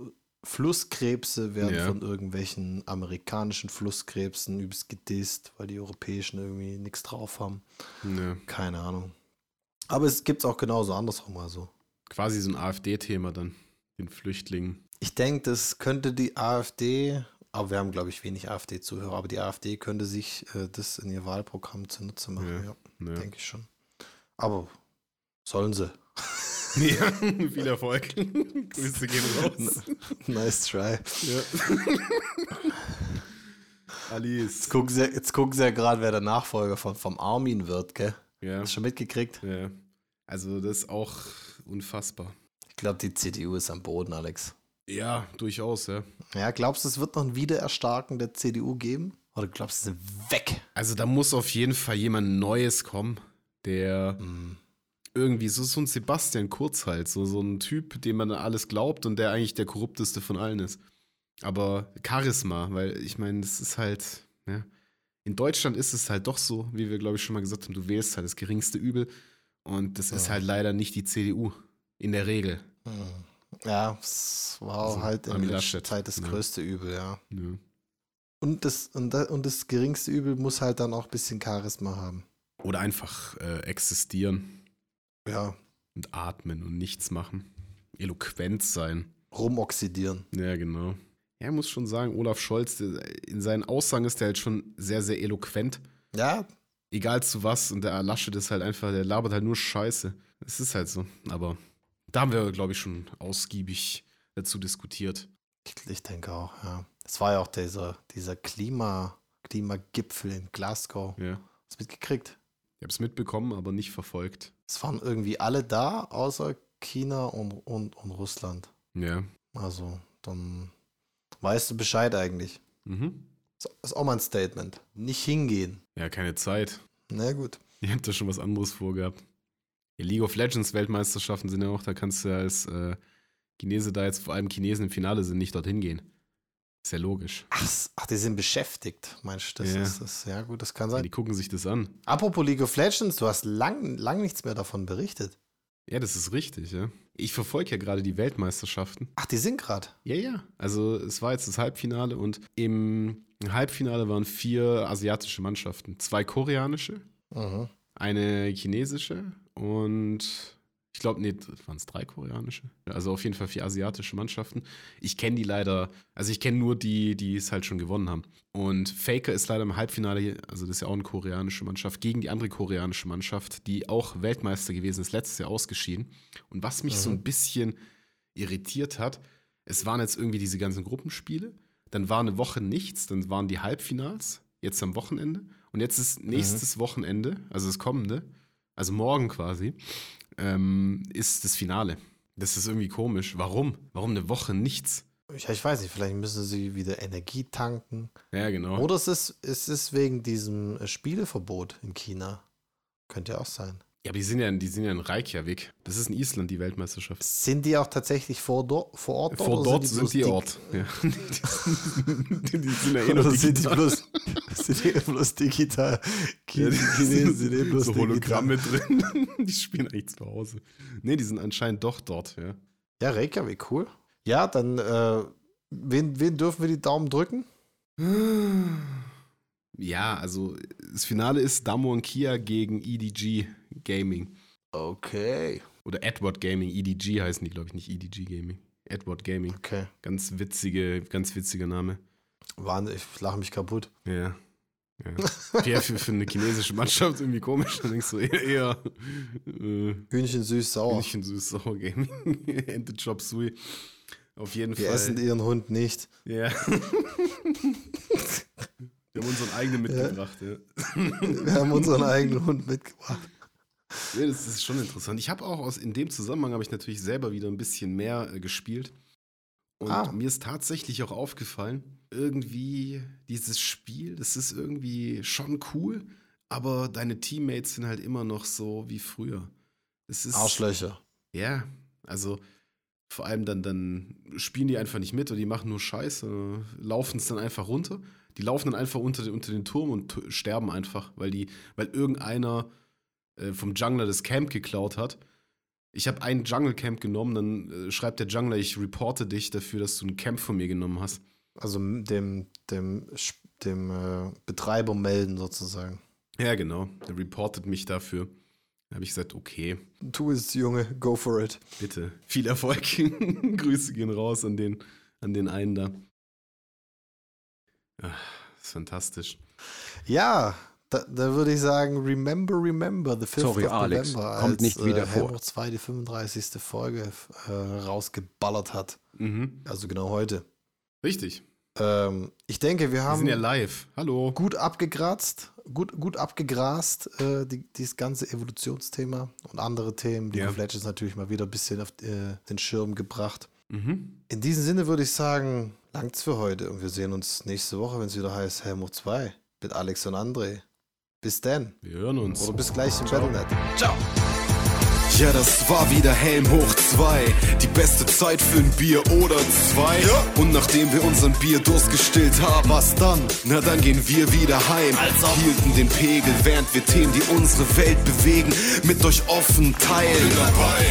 [SPEAKER 4] Flusskrebse werden
[SPEAKER 5] Ja.
[SPEAKER 4] von irgendwelchen amerikanischen Flusskrebsen übelst gedisst, weil die europäischen irgendwie nichts drauf haben.
[SPEAKER 5] ja.
[SPEAKER 4] Keine Ahnung. Aber es gibt's auch genauso andersrum, also.
[SPEAKER 5] Quasi so ein AfD-Thema dann. Den Flüchtlingen.
[SPEAKER 4] Ich denke, das könnte die AfD, aber wir haben, glaube ich, wenig AfD-Zuhörer, aber die AfD könnte sich äh, das in ihr Wahlprogramm zunutze machen. Ja,
[SPEAKER 5] Ja.
[SPEAKER 4] denke ich schon. Aber sollen sie.
[SPEAKER 5] Ja, viel Erfolg. Grüße gehen raus.
[SPEAKER 4] nice try.
[SPEAKER 5] Alice.
[SPEAKER 4] Jetzt gucken sie, jetzt gucken sie ja gerade, wer der Nachfolger von, vom Armin wird, gell?
[SPEAKER 5] Ja.
[SPEAKER 4] Hast du schon mitgekriegt?
[SPEAKER 5] ja. Also, das ist auch unfassbar.
[SPEAKER 4] Ich glaube, die CDU ist am Boden, Alex.
[SPEAKER 5] Ja, durchaus, ja.
[SPEAKER 4] Ja, glaubst du, es wird noch ein Wiedererstarken der CDU geben? Oder glaubst du, sie sind weg?
[SPEAKER 5] Also da muss auf jeden Fall jemand Neues kommen, der
[SPEAKER 4] Hm.
[SPEAKER 5] irgendwie so, so ein Sebastian Kurz halt, so, so ein Typ, dem man alles glaubt und der eigentlich der korrupteste von allen ist. Aber Charisma, weil ich meine, das ist halt, ja, in Deutschland ist es halt doch so, wie wir glaube ich schon mal gesagt haben, du wählst halt das geringste Übel und das ist halt leider nicht die CDU in der Regel.
[SPEAKER 4] Ja, es war
[SPEAKER 5] Also,
[SPEAKER 4] halt in
[SPEAKER 5] Armin
[SPEAKER 4] der
[SPEAKER 5] Laschet,
[SPEAKER 4] Zeit das
[SPEAKER 5] ja.
[SPEAKER 4] größte Übel, ja.
[SPEAKER 5] Ja.
[SPEAKER 4] Und das, und, da, und das geringste Übel muss halt dann auch ein bisschen Charisma haben.
[SPEAKER 5] Oder einfach äh, existieren
[SPEAKER 4] Ja,
[SPEAKER 5] und atmen und nichts machen. Eloquent sein.
[SPEAKER 4] rumoxidieren.
[SPEAKER 5] Ja, genau. Ja, ich muss schon sagen, Olaf Scholz, der- in seinen Aussagen ist der halt schon sehr, sehr eloquent.
[SPEAKER 4] Ja,
[SPEAKER 5] Egal zu was. Und der Laschet ist halt einfach, der labert halt nur Scheiße. Es ist halt so. Aber da haben wir, glaube ich, schon ausgiebig dazu diskutiert.
[SPEAKER 4] Ich, ich denke auch, ja. Es war ja auch dieser, dieser Klima, Klimagipfel in Glasgow.
[SPEAKER 5] Ja.
[SPEAKER 4] Hast du mitgekriegt?
[SPEAKER 5] Ich habe es mitbekommen, aber nicht verfolgt.
[SPEAKER 4] Es waren irgendwie alle da, außer China und, und, und Russland.
[SPEAKER 5] Ja.
[SPEAKER 4] Also, dann weißt du Bescheid eigentlich.
[SPEAKER 5] Mhm.
[SPEAKER 4] Ist- Ist auch mal ein Statement. Nicht hingehen.
[SPEAKER 5] Ja, keine Zeit.
[SPEAKER 4] Na gut.
[SPEAKER 5] Ihr habt da schon was anderes vorgehabt. Die League of Legends Weltmeisterschaften sind ja auch, da kannst du ja als äh, Chinese da jetzt vor allem Chinesen im Finale sind, nicht dorthin gehen. Ist ja logisch.
[SPEAKER 4] Ach, s- ach, die sind beschäftigt, meinst du? Das
[SPEAKER 5] Ja.
[SPEAKER 4] ist das. Ja, gut, das kann
[SPEAKER 5] Ja,
[SPEAKER 4] sein.
[SPEAKER 5] die gucken sich das an.
[SPEAKER 4] Apropos League of Legends, du hast lang, lang nichts mehr davon berichtet.
[SPEAKER 5] Ja, das ist richtig, ja. Ich verfolge ja gerade die Weltmeisterschaften.
[SPEAKER 4] Ach, die sind gerade.
[SPEAKER 5] Ja, ja. Also es war jetzt das Halbfinale und im Halbfinale waren vier asiatische Mannschaften. Zwei koreanische,
[SPEAKER 4] Mhm.
[SPEAKER 5] eine chinesische und ich glaube, nee, waren es drei koreanische? Also auf jeden Fall vier asiatische Mannschaften. Ich kenne die leider, also ich kenne nur die, die es halt schon gewonnen haben. Und Faker ist leider im Halbfinale, also das ist ja auch eine koreanische Mannschaft, gegen die andere koreanische Mannschaft, die auch Weltmeister gewesen ist, letztes Jahr ausgeschieden. Und was mich so ein bisschen irritiert hat, es waren jetzt irgendwie diese ganzen Gruppenspiele, dann war eine Woche nichts, dann waren die Halbfinals, jetzt am Wochenende. Und jetzt ist
[SPEAKER 4] Mhm.
[SPEAKER 5] nächstes Wochenende, also das kommende, also morgen quasi, ähm, ist das Finale. Das ist irgendwie komisch. Warum? Warum eine Woche nichts?
[SPEAKER 4] Ich, ich weiß nicht, vielleicht müssen sie wieder Energie tanken.
[SPEAKER 5] Ja, genau.
[SPEAKER 4] Oder es ist, es ist wegen diesem äh, Spieleverbot in China. Könnte ja auch sein.
[SPEAKER 5] Ja, aber die sind ja, in- die sind ja in Reykjavik. Das ist in Island, die Weltmeisterschaft.
[SPEAKER 4] Sind die auch tatsächlich vor, do, vor Ort dort?
[SPEAKER 5] Vor
[SPEAKER 4] oder
[SPEAKER 5] dort
[SPEAKER 4] bloß
[SPEAKER 5] sind die Ort. Ja. die, die sind ja eh
[SPEAKER 4] Oder
[SPEAKER 5] noch
[SPEAKER 4] sind die
[SPEAKER 5] digital.
[SPEAKER 4] bloß, sind die bloß digital? Chi-
[SPEAKER 5] Ja, die
[SPEAKER 4] Chinesen sind eh bloß
[SPEAKER 5] so
[SPEAKER 4] digital.
[SPEAKER 5] Hologramme drin. Die spielen eigentlich zu Hause. Nee, die sind anscheinend doch dort, ja.
[SPEAKER 4] Ja, Reykjavik, cool. Ja, dann, äh, wen, wen dürfen wir die Daumen drücken?
[SPEAKER 5] Ja, also das Finale ist Damwon Kia gegen EDG Gaming.
[SPEAKER 4] Okay.
[SPEAKER 5] Oder Edward Gaming, EDG heißen die, glaube ich, nicht EDG Gaming. Edward Gaming.
[SPEAKER 4] Okay.
[SPEAKER 5] Ganz witzige, ganz witziger Name.
[SPEAKER 4] Wahnsinn, ich lache mich kaputt.
[SPEAKER 5] Ja. Ja, ja für, für eine chinesische Mannschaft irgendwie komisch. Dann denkst du eher, eher äh,
[SPEAKER 4] Hühnchen süß sauer.
[SPEAKER 5] nicht ein süß sauer Gaming. Ente Chop Sui. Auf jeden
[SPEAKER 4] wir
[SPEAKER 5] Fall.
[SPEAKER 4] essen ihren Hund nicht.
[SPEAKER 5] ja. Wir haben unseren eigenen mitgebracht, ja.
[SPEAKER 4] Wir haben unseren eigenen Hund mitgebracht.
[SPEAKER 5] Ja, das ist schon interessant. Ich habe auch aus, in dem Zusammenhang habe ich natürlich selber wieder ein bisschen mehr äh, gespielt. Und
[SPEAKER 4] Ah.
[SPEAKER 5] mir ist tatsächlich auch aufgefallen, irgendwie dieses Spiel, das ist irgendwie schon cool, aber deine Teammates sind halt immer noch so wie früher. Das ist,
[SPEAKER 4] Arschlöcher.
[SPEAKER 5] Ja, also vor allem dann, dann spielen die einfach nicht mit oder die machen nur Scheiße, laufen es dann einfach runter. Die laufen dann einfach unter, den- unter den Turm und t- sterben einfach, weil die, weil irgendeiner äh, vom Jungler das Camp geklaut hat. Ich habe ein Jungle Camp genommen, dann äh, schreibt der Jungler, ich reporte dich dafür, dass du ein Camp von mir genommen hast.
[SPEAKER 4] Also m- dem, dem, Sch- dem äh, Betreiber melden sozusagen.
[SPEAKER 5] Ja, genau. Der reportet mich dafür. Da habe ich gesagt, okay,
[SPEAKER 4] Tu es, Junge, go for it.
[SPEAKER 5] bitte. Viel Erfolg. Grüße gehen raus an den, an den einen da. Ach, ist fantastisch.
[SPEAKER 4] Ja, da, da würde ich sagen, remember, remember, the 5th
[SPEAKER 7] Sorry,
[SPEAKER 4] of
[SPEAKER 7] Alex,
[SPEAKER 4] November,
[SPEAKER 7] kommt
[SPEAKER 4] als,
[SPEAKER 7] nicht wieder
[SPEAKER 4] äh,
[SPEAKER 7] vor.
[SPEAKER 4] Helmut 2 die 35. Folge äh, rausgeballert hat.
[SPEAKER 5] Mhm.
[SPEAKER 4] Also genau heute.
[SPEAKER 5] Richtig.
[SPEAKER 4] Ähm, ich denke, wir
[SPEAKER 5] Wir
[SPEAKER 4] haben
[SPEAKER 5] sind ja live. Hallo.
[SPEAKER 4] gut abgegrast, gut, gut abgegrast, äh, die, dieses ganze Evolutionsthema und andere Themen. League
[SPEAKER 5] Ja.
[SPEAKER 4] of Legends natürlich mal wieder ein bisschen auf äh, den Schirm gebracht.
[SPEAKER 5] Mhm.
[SPEAKER 4] In diesem Sinne würde ich sagen, langt's für heute und wir sehen uns nächste Woche, wenn es wieder heißt Helmut 2 mit Alex und André. Bis dann.
[SPEAKER 5] Wir hören uns.
[SPEAKER 4] Oder bis gleich im Battlenet.
[SPEAKER 3] Ja, das war wieder Helm hoch 2. Die beste Zeit für ein Bier oder zwei. Und nachdem wir unseren Bierdurst gestillt haben, was dann? Na, dann gehen wir wieder heim.
[SPEAKER 6] Also.
[SPEAKER 3] Hielten den Pegel, während wir Themen, die unsere Welt bewegen, mit euch offen teilen.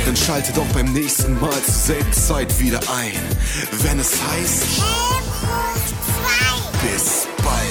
[SPEAKER 3] Dann schaltet auch beim nächsten Mal zur selben Zeit wieder ein. Wenn es heißt,
[SPEAKER 6] Helm hoch zwei.
[SPEAKER 3] bis bald.